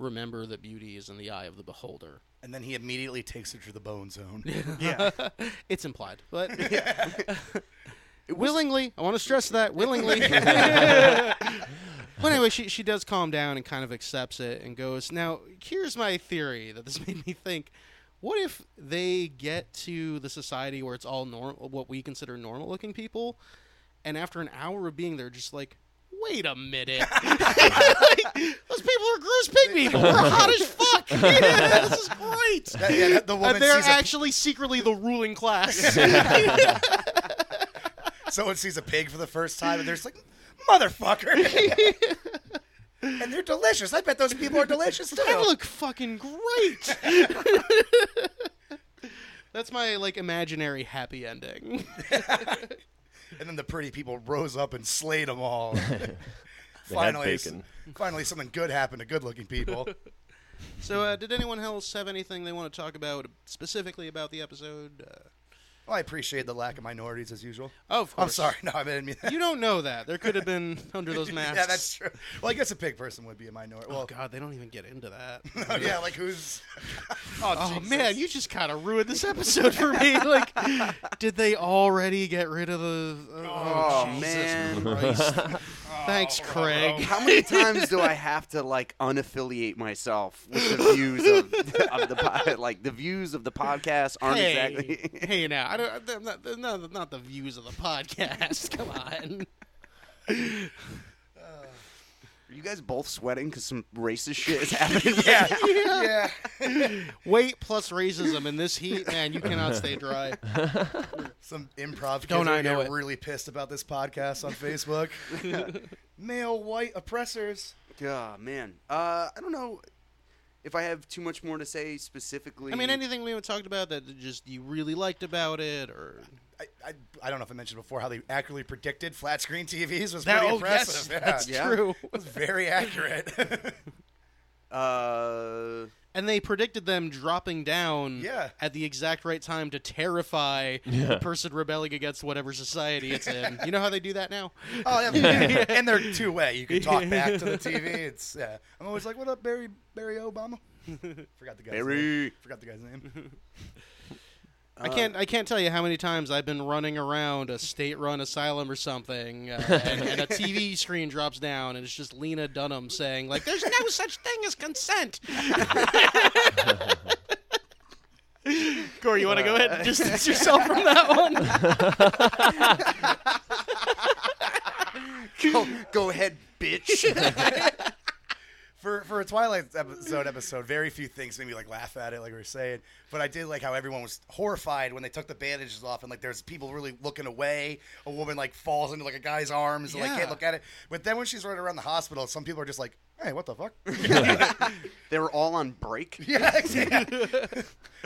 S3: Remember that beauty is in the eye of the beholder.
S5: And then he immediately takes her to the bone zone.
S4: Yeah.
S3: it's implied, but willingly. I want to stress that willingly. but anyway, she she does calm down and kind of accepts it and goes. Now, here's my theory that this made me think. What if they get to the society where it's all normal, what we consider normal looking people, and after an hour of being there, just like. Wait a minute! Like, those people are gross pig people. We're hot as fuck. this is great
S5: That- yeah, that- the woman
S3: and they're
S5: sees a,
S3: actually secretly the ruling class.
S5: someone sees a pig for the first time, and they're just like, motherfucker. and they're delicious. I bet those people are delicious too.
S3: they look fucking great. That's my like imaginary happy ending.
S5: And then the pretty people rose up and slayed them all. finally, s-
S1: bacon.
S5: finally, something good happened to good-looking people.
S3: so, uh, did anyone else have anything they want to talk about specifically about the episode? Uh,
S5: Well, I appreciate the lack of minorities as usual.
S3: Oh, of
S5: I'm
S3: course.
S5: sorry. No, I didn't mean that.
S3: you don't know that there could have been under those masks.
S5: Yeah, that's true. Well, I guess a pig person would be a minority. Well,
S3: Oh God, they don't even get into that.
S5: oh, yeah, like who's? oh,
S3: Oh
S5: Jesus.
S3: man, you just kind of ruined this episode for me. Like, did they already get rid of the?
S4: Oh,
S3: Jesus
S4: man.
S3: Christ.
S5: Oh,
S3: Thanks, Craig.
S4: How many times do I have to like unaffiliate myself with the views of, of the pod, like the views of the podcast aren't
S3: hey,
S4: exactly
S3: hey now, I don't, they're not, they're not, not the views of the podcast. Come on.
S4: Are you guys both sweating cuz some racist shit is happening?
S5: Yeah, yeah.
S3: Weight plus racism in this heat, man, you cannot stay dry.
S5: Some improv kids
S3: Don't
S5: are
S3: I know
S5: gonna
S3: it.
S5: get really pissed about this podcast on Facebook. Male white oppressors.
S4: Yeah, man. Uh, I don't know if I have too much more to say specifically.
S3: I mean, anything we haven't talked about that just you really liked about it, or
S5: I, I, I don't know if I mentioned before how they accurately predicted flat screen TVs was
S3: That-
S5: pretty
S3: oh, yes,
S5: impressive. yeah.
S3: that's
S4: Yeah.
S3: true.
S5: It was very accurate.
S4: Uh,
S3: And they predicted them dropping down
S5: Yeah.
S3: at the exact right time to terrify the person rebelling against whatever society it's in. You know how they do that now?
S5: Oh, yeah, yeah. and they're two way. You can talk back to the TV. It's yeah. I'm always like, "What up, Barry? Barry Obama?" Forgot the guy's name.
S4: Barry.
S5: Forgot the guy's name.
S3: I can't. I can't tell you how many times I've been running around a state-run asylum or something, uh, and, and a TV screen drops down, and it's just Lena Dunham saying, "Like, there's no such thing as consent." Corey, you want to go ahead and distance yourself from that one?
S4: go, oh, go ahead, bitch.
S5: For for a Twilight episode episode, very few things made me like laugh at it, like we were saying. But I did like how everyone was horrified when they took the bandages off, and like there's people really looking away. A woman like falls into like a guy's arms, and like
S3: Yeah.
S5: can't look at it. But then when she's running around the hospital, some people are just like, "Hey, what the fuck?"
S4: they were all on break.
S5: yeah, yeah.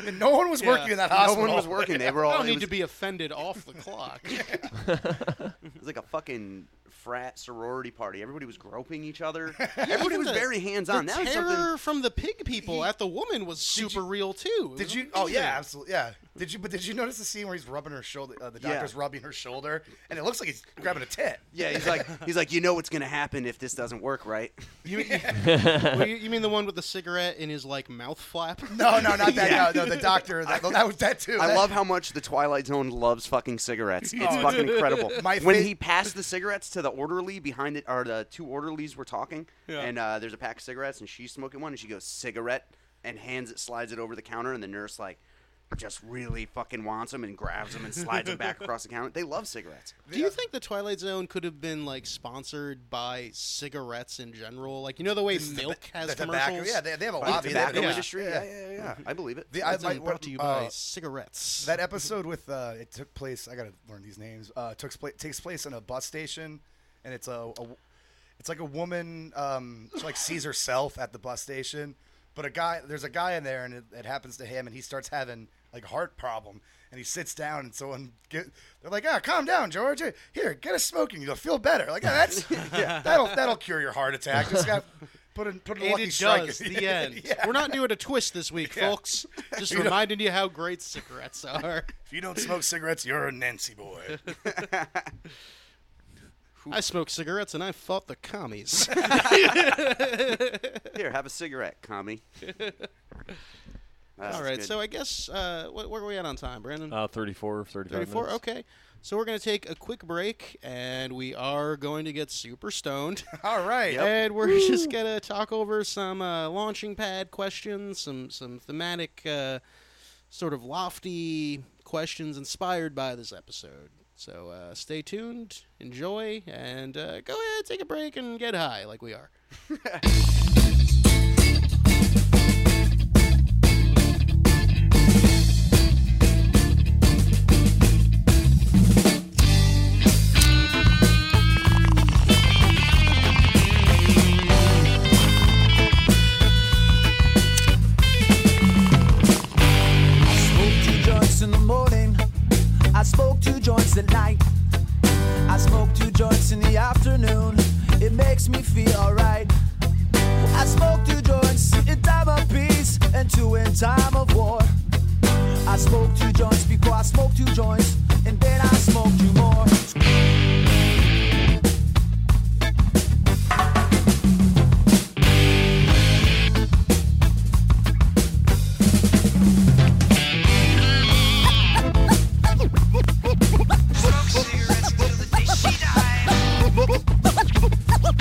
S5: and no one was working in that
S4: No
S5: hospital.
S4: one was working. They were
S3: I
S4: all.
S3: don't
S4: Oh, it
S3: need
S4: was,
S3: to be offended off the clock.
S4: it was like a fucking frat sorority party. Everybody was groping each other. Everybody was
S3: The-
S4: very hands on.
S3: The
S4: That was
S3: terror
S4: something.
S3: from the pig people at the woman was super real too. It
S5: Did
S3: was
S5: you? Oh
S3: amazing.
S5: yeah, absolutely. Yeah. Did you? But did you notice the scene where he's rubbing her shoulder? Uh, the
S4: Yeah.
S5: doctor's rubbing her shoulder, and it looks like he's grabbing a tit.
S4: Yeah, he's like, he's like, you know what's gonna happen if this doesn't work, right?
S3: Well, you, you mean the one with the cigarette in his like mouth flap?
S5: No, no, not that. No, no, the doctor. That, that was that too.
S4: I
S5: That-
S4: love how much the Twilight Zone loves fucking cigarettes. It's
S5: Oh.
S4: fucking incredible.
S5: My
S4: when
S5: fa-
S4: he passed the cigarettes to the orderly behind it, or the two orderlies were talking, and uh, there's a pack of cigarettes, and she's smoking one, and she goes cigarette, and hands it, slides it over the counter, and the nurse like, just really fucking wants them and grabs them and slides them back across the counter. They love cigarettes.
S3: Do you think the Twilight Zone could have been like sponsored by cigarettes in general? Like you know the way milk has
S5: the tobacco.
S3: commercials.
S5: Yeah, they, they have a
S4: By
S5: lobby.
S4: the
S5: They have-
S4: tobacco
S5: yeah.
S4: industry. Yeah, yeah, yeah, yeah. I believe it.
S5: The- I-
S3: Twilight Zone
S5: like,
S3: brought to you
S5: uh,
S3: by cigarettes.
S5: That episode with uh, it took place. I gotta learn these names. Uh, took place takes place in a bus station, and it's a, a it's like a woman. Um, she like sees herself at the bus station, but a guy. There's a guy in there, and it, it happens to him, and he starts having like heart problem, and he sits down, and someone get, they're like, ah, calm down, George. Here, get a smoking. You'll feel better. Like ah, that's that'll that'll cure your heart attack. Just got put in put in a
S3: and
S5: lucky
S3: it
S5: strike.
S3: does the end.
S5: Yeah.
S3: We're not doing a twist this week, folks. Just reminding you how great cigarettes are.
S5: If you don't smoke cigarettes, you're a Nancy boy.
S3: I smoke cigarettes and I fought the commies.
S4: Here, have a cigarette, commie. That's
S3: All right,
S4: good.
S3: so I guess uh, what, where are we at on time, Brandon?
S1: Uh, 34, 35
S3: Thirty-four.
S1: minutes.
S3: Okay, so we're gonna take a quick break, and we are going to get super stoned.
S5: All right.
S3: And we're just gonna talk over some uh, launching pad questions, some some thematic, uh, sort of lofty questions inspired by this episode. So uh, stay tuned, enjoy, and uh, go ahead, take a break, and get high like we are.
S6: Smoke two joints in the morning. I smoke two joints at night. I smoke two joints in the afternoon. It makes me feel alright. I smoke two joints in time of peace and two in time of war. I smoke two joints before I smoke two joints, and then I smoke two more.
S7: Book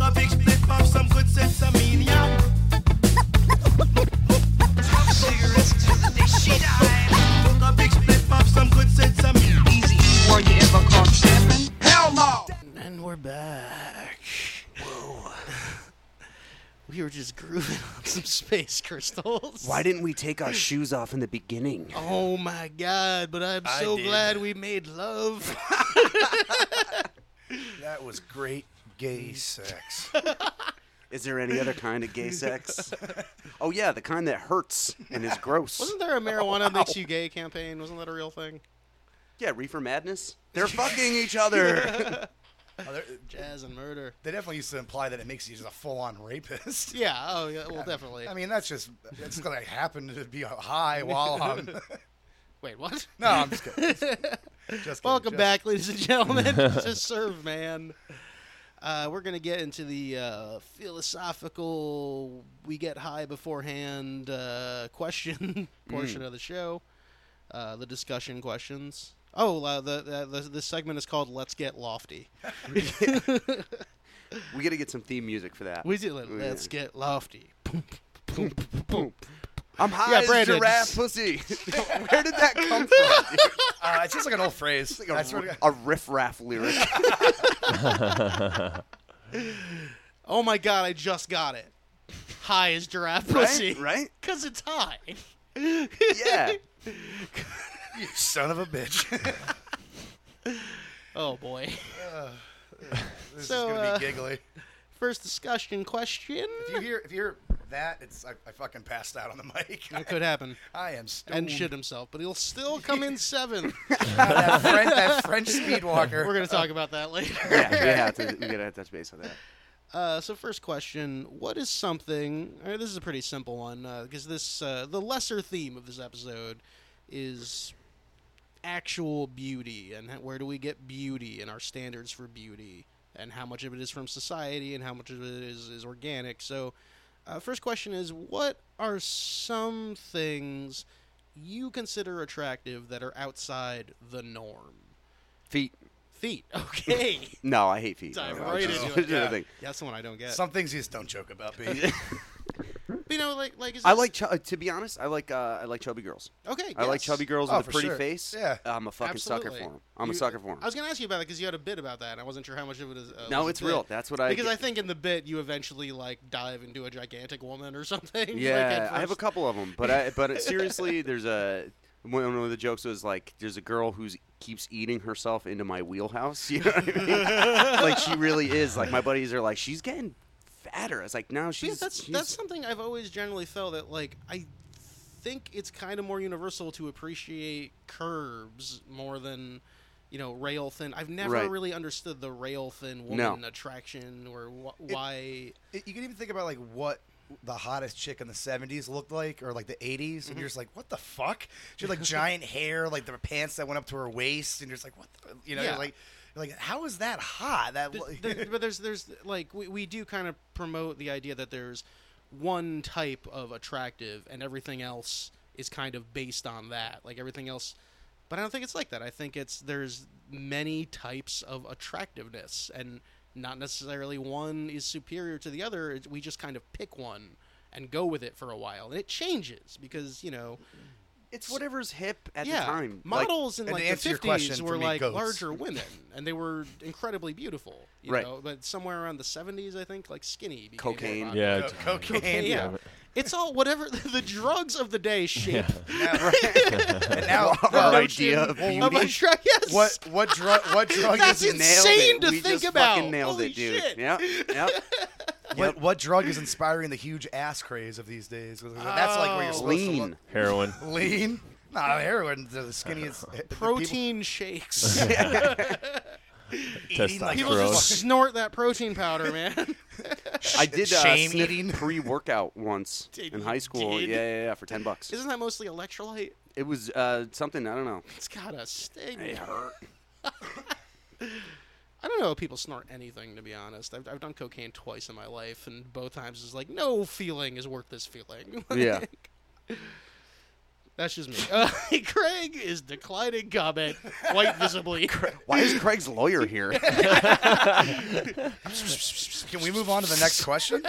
S7: a big split pop, some good sense of mean, yeah. Smoke cigarettes till the day she die. Book a big split pop, some good sense of mean. Easy, were you ever caught stepping? Hell no!
S3: And we're back. Whoa. we were just grooving on some space crystals.
S4: Why didn't we take our shoes off in the beginning?
S3: Oh my god, but I'm so
S5: did.
S3: glad we made love.
S5: That was great gay sex.
S4: Is there any other kind of gay sex? oh yeah, the kind that hurts and is gross.
S3: Wasn't there a marijuana makes you gay campaign? Wasn't that a real thing?
S4: Yeah, reefer madness. They're fucking each other.
S5: Oh, they're-
S3: Jazz and murder.
S5: they definitely used to imply that it makes you just a full-on rapist.
S3: Yeah, oh yeah, well definitely.
S5: I mean, that's just that's gonna happen to be high while I'm.
S3: Wait, what?
S5: No, I'm just kidding. Just kidding.
S3: Welcome
S5: Just-
S3: back, ladies and gentlemen, to Serve Man. Uh, we're going to get into the uh, philosophical, we get high beforehand uh, question portion of the show, uh, the discussion questions. Oh, uh, the, the, the this segment is called "Let's Get Lofty."
S4: we gotta get some theme music for that.
S3: We do. Let, us get lofty. Boom, boom, boom, boom.
S4: I'm high
S3: Yeah,
S4: as
S3: Brandon.
S4: giraffe pussy. Where did that come from? dude?
S5: Uh, it's just like an old phrase.
S4: It's
S5: I
S4: like a,
S5: swear to
S4: r-
S5: God.
S4: a riff-raff lyric.
S3: Oh my god! I just got it. High as giraffe pussy.
S4: right?
S3: Cause it's high.
S4: Yeah.
S5: you son of a bitch.
S3: Oh boy.
S5: this
S3: So,
S5: is gonna
S3: uh,
S5: be giggly.
S3: First discussion question.
S5: If you hear if you hear that, it's I, I fucking passed out on the mic.
S3: That could happen.
S5: I am stoned.
S3: And shit himself, but he'll still come in seventh.
S5: that, French, that French speedwalker.
S3: We're gonna talk about that later.
S4: Yeah, we have to. We gotta touch base on that.
S3: Uh, so first question: What is something? Uh, this is a pretty simple one because this uh, the lesser theme of this episode is actual beauty and h- where do we get beauty and our standards for beauty and how much of it is from society and how much of it is is organic. So, uh, first question is: What are some things you consider attractive that are outside the norm?
S4: Feet.
S3: Feet. Okay.
S4: No, I hate feet.
S3: Dive
S4: I- I
S3: right
S4: just-
S3: into it.
S4: the other thing.
S3: That's the one I don't get.
S5: Some things you just don't joke about, B.
S3: But, you know, like like is
S4: I
S3: this-
S4: like ch- uh, to be honest. I like uh, I like chubby girls.
S3: Okay,
S4: I like
S3: yes.
S4: chubby girls
S5: Oh,
S4: with a
S5: for
S4: pretty
S5: sure.
S4: face.
S5: Yeah.
S4: I'm a fucking sucker
S3: Absolutely.
S4: for them. I'm
S3: You-
S4: a sucker for them.
S3: I was gonna ask you about that because you had a bit about that, and I wasn't sure how much of it was. Uh,
S4: No,
S3: was a
S4: it's real.
S3: bit.
S4: That's what I
S3: Because
S4: get-
S3: I think in the bit you eventually like dive into a gigantic woman or something. like,
S4: Yeah,
S3: at
S4: I have a
S3: first.
S4: couple of them, but I but seriously, there's a one of the jokes was like, there's a girl who's keeps eating herself into my wheelhouse. You know what I mean? like she really is. Like my buddies are like, she's getting fatter. I was like, no,
S3: But yeah,
S4: she's
S3: that's
S4: she's-
S3: that's something I've always generally felt that like I think it's kind of more universal to appreciate curves more than you know rail thin. I've never
S4: Right.
S3: really understood the rail thin
S4: No.
S3: woman attraction or wh- why.
S5: It- you can even think about like what the hottest chick in the 70s looked like or like the 80s
S3: Mm-hmm.
S5: and you're just like what the fuck she had like giant hair like the pants that went up to her waist and you're just like what the, you know
S3: Yeah.
S5: you're like you're like how is that hot that
S3: Th-
S5: lo-
S3: there- but there's there's like we, we do kind of promote the idea that there's one type of attractive and everything else is kind of based on that like everything else but i don't think it's like that i think it's there's many types of attractiveness and not necessarily one is superior to the other It's- we just kind of pick one and go with it for a while and it changes because you know
S4: it's whatever's hip at
S3: yeah
S4: the time. Like,
S3: models in
S5: And
S3: like
S5: to
S3: the
S5: answer your
S3: 50s
S5: question,
S3: were
S5: for me,
S3: like
S5: goats.
S3: larger women and they were incredibly beautiful you
S4: Right.
S3: know but somewhere around the 70s i think like skinny became
S4: Cocaine.
S3: more
S1: Yeah.
S5: Co- cocaine
S3: popular. yeah,
S1: Yeah.
S3: it's all whatever the drugs of the day shape
S5: Yeah, right. and now
S4: our
S3: notion
S4: idea of beauty.
S3: of a tra- yes
S5: what what drug what drug
S3: That's
S5: is
S4: Nailed
S3: insane
S4: it.
S3: to
S4: we
S3: think
S4: just
S3: about.
S4: Fucking nailed
S3: Holy
S4: it, dude.
S3: shit.
S4: Yep. Yep.
S5: what, what drug is inspiring the huge ass craze of these days that's like where you're
S3: Oh.
S5: supposed to
S4: Lean.
S5: look
S1: Heroin.
S5: lean no heroin the skinniest the people-
S3: protein shakes
S5: Eating like-
S3: people
S1: Testosterone.
S3: just snort that protein powder man
S4: I did uh,
S5: Shame
S4: sniff
S5: eating.
S4: pre-workout once
S3: Did
S4: in
S3: you
S4: high school.
S3: did?
S4: Yeah, yeah, yeah, for ten bucks.
S3: isn't that mostly electrolyte
S4: It was uh, something I don't know.
S3: it's gotta sting
S4: It hurt.
S3: I don't know if people snort anything, to be honest. I've, I've done cocaine twice in my life, and both times it's like, no feeling is worth this feeling.
S4: Yeah.
S3: That's just me. Uh, Craig is declining comment quite visibly.
S4: Why is Craig's lawyer here?
S5: can we move on to the next question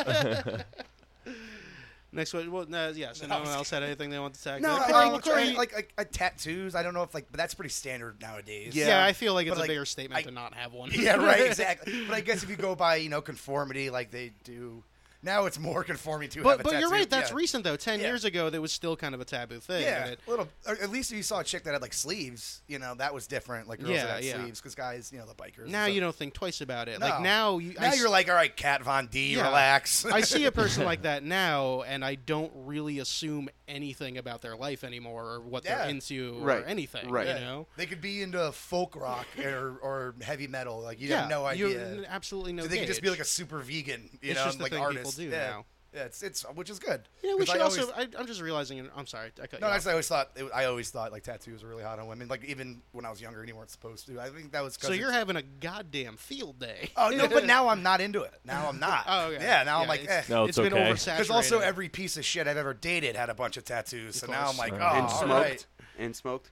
S3: Next one. Well, no, yeah, so no one else had anything they want to tag.
S5: No,
S3: I
S5: I
S3: think
S5: like,
S3: Craig-
S5: like, like uh, tattoos. I don't know if like, but that's pretty standard nowadays.
S3: yeah, I feel like it's
S5: But,
S3: a
S5: like,
S3: bigger statement
S5: I-
S3: to not have one.
S5: yeah, right, exactly. But I guess if you go by you know conformity, like they do now, it's more conforming to have
S3: But,
S5: a
S3: but you're
S5: tattoo.
S3: right. That's
S5: yeah.
S3: recent though. Ten
S5: Yeah.
S3: years ago, that was still kind of a taboo thing.
S5: Yeah,
S3: and it-
S5: a little. Or at least if you saw a chick that had like sleeves, you know that was different. Like girls
S3: Yeah,
S5: that had
S3: yeah.
S5: sleeves, because guys, you know, the bikers. and
S3: now
S5: stuff.
S3: you don't think twice about it.
S5: No.
S3: Like now, you,
S5: now
S3: I
S5: you're like, all right, Kat Von D,
S3: Yeah.
S5: relax.
S3: I see a person like that now, and I don't really assume anything about their life anymore or what
S5: Yeah.
S3: they're into
S4: Right.
S3: or anything.
S4: Right.
S3: You
S5: Yeah.
S3: know?
S5: They could be into folk rock or, or heavy metal. Like you
S3: yeah.
S5: have no idea.
S3: You n- absolutely no.
S5: so they could just be
S3: gauge.
S5: like a super vegan, you
S3: It's
S5: know,
S3: just the
S5: like
S3: thing people
S5: artist.
S3: do
S5: yeah.
S3: now.
S5: Yeah, it's it's which is good.
S3: You know, we
S5: 'Cause I
S3: should also.
S5: always-
S3: I, I'm just realizing. and I'm sorry. I cut
S5: no,
S3: you
S5: I
S3: off.
S5: just- I always thought it, I always thought like tattoos were really hot on women. Like even when I was younger, and you weren't supposed to. I think that was 'cause
S3: so you're
S5: it's-
S3: having a goddamn field day.
S5: Oh no, but now I'm not into it. Now I'm not.
S3: Oh, okay.
S5: yeah. Now
S3: Yeah,
S5: I'm like, eh.
S3: it's-
S1: No, it's
S3: it's been
S1: okay.
S3: oversaturated.
S5: Because also every piece of shit I've ever dated had a bunch of tattoos. So
S3: Of
S5: now I'm
S3: course.
S5: like, oh,
S4: and
S5: all
S4: smoked.
S5: right.
S4: And smoked.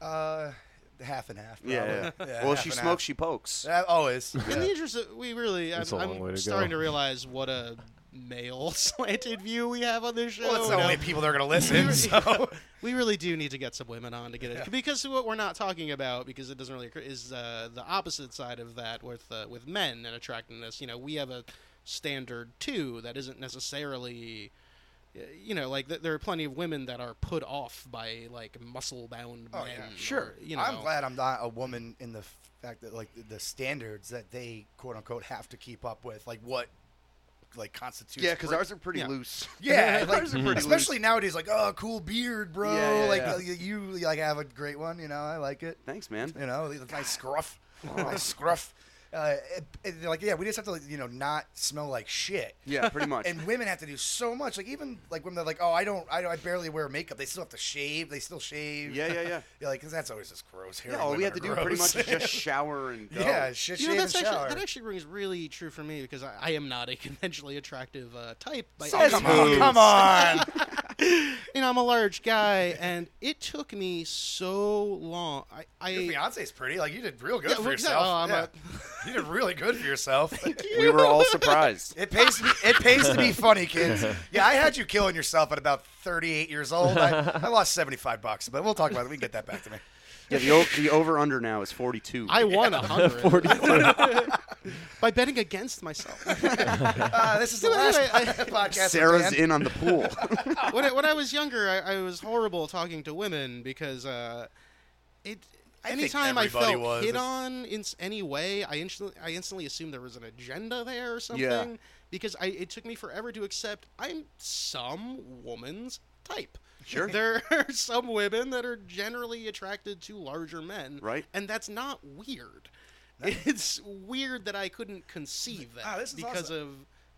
S5: Uh, half and half. Probably.
S4: Oh. Yeah. yeah. well,
S5: half
S4: she
S5: and
S4: smokes, she pokes.
S5: half. Uh, always.
S3: In
S5: yeah.
S3: the interest of, we really, I'm,
S1: That's a long way
S3: I'm
S1: to
S3: starting
S1: go.
S3: to realize what a male slanted view we have on this show.
S5: Well, that's the
S3: now.
S5: only people that are gonna listen. So
S3: We really do need to get some women on to get it because what we're not talking about because it doesn't really occur is uh, the opposite side of that with uh, with men and attractiveness. You know, we have a standard too that isn't necessarily. uh, You know, like th- there are plenty of women that are put off by like muscle bound
S5: Oh,
S3: men.
S5: yeah.
S3: or,
S5: Sure.
S3: you know,
S5: I'm glad I'm not a woman in the fact that like the standards that they quote unquote have to keep up with, like what like constitutes.
S4: Yeah, because
S5: per-
S4: ours are pretty
S3: Yeah.
S4: loose.
S5: Yeah, like,
S4: ours are pretty
S5: especially nowadays, like oh, cool beard, bro.
S4: Yeah, yeah,
S5: like
S4: yeah.
S5: uh, you- you like have a great one. You know, I like it.
S4: Thanks, man.
S5: You know, it's nice scruff, nice scruff. Uh, it- it- like yeah, we just have to like, you know not smell like shit.
S4: Yeah, pretty much.
S5: And women have to do so much. Like even like women that are like, oh, I don't, I don't, I barely wear makeup. They still have to shave. They still shave.
S4: Yeah, yeah, yeah.
S5: yeah like because that's always just gross. Hair
S4: yeah,
S5: on
S4: all we
S5: women
S4: have
S5: are
S4: to do pretty
S5: gross.
S4: much is just shower and go.
S5: yeah, shit,
S3: You
S5: shave,
S3: know, that's
S5: and
S3: actually,
S5: shower.
S3: that actually rings really true for me because I, I am not a conventionally attractive uh, type. By
S5: Oh,
S3: any
S5: come
S3: means.
S5: on, come on.
S3: you know, I'm a large guy, and it took me so long. I, I
S5: Your fiance's pretty. Like you did real good
S3: Yeah,
S5: for
S3: well, exactly.
S5: yourself.
S3: Oh, I'm
S5: Yeah. you did really good for yourself.
S4: We were all surprised.
S5: It pays to be, it pays to be funny, kids. Yeah, I had you killing yourself at about 38 years old. I, I lost 75 bucks, but we'll talk about it. We can get that back to me.
S4: Yeah, the, o- the over under now is 42.
S3: I won a hundred by betting against myself.
S5: Uh, this is the last podcast. with
S4: Sarah's
S5: Dan.
S4: in on the pool.
S3: when, I, when I was younger, I, I was horrible talking to women because uh, it.
S5: think
S3: Anytime I
S5: everybody
S3: felt
S5: was.
S3: hit
S5: It's-
S3: on in s- any way, I instantly, I instantly assumed there was an agenda there or something. Because I, it took me forever to accept I'm some woman's type.
S4: Sure.
S3: There are some women that are generally attracted to larger men.
S4: Right.
S3: And that's not weird. It's weird that I couldn't conceive that
S5: Ah, this is
S3: because
S5: awesome.
S3: of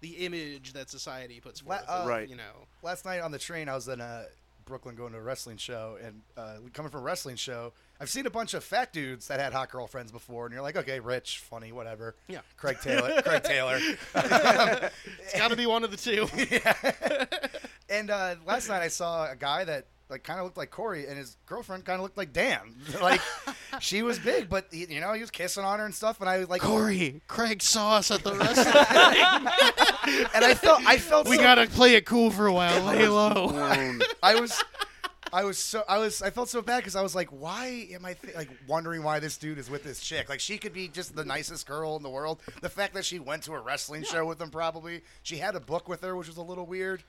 S3: the image that society puts
S5: Wha-
S3: forth.
S5: uh,
S3: of,
S4: Right.
S3: You know.
S5: last night on the train, I was in uh, Brooklyn going to a wrestling show, and uh, coming from a wrestling show, I've seen a bunch of fat dudes that had hot girlfriends before, and you're like, okay, rich, funny, whatever.
S3: Yeah.
S5: Craig Taylor, Craig Taylor.
S3: It's got to be one of the two.
S5: And uh, last night I saw a guy that like kind of looked like Corey, and his girlfriend kind of looked like Dan. like she was big, but he, you know he was kissing on her and stuff. And I was like,
S3: Corey, Craig saw us at the restaurant.
S5: and I felt I felt
S3: we
S5: so-
S3: gotta play it cool for a while. Lay low.
S4: Blown.
S5: I was. I was so I was I felt so bad because I was like, why am I th- like wondering why this dude is with this chick? Like she could be just the nicest girl in the world. The fact that she went to a wrestling show with him, probably she had a book with her, which was a little weird.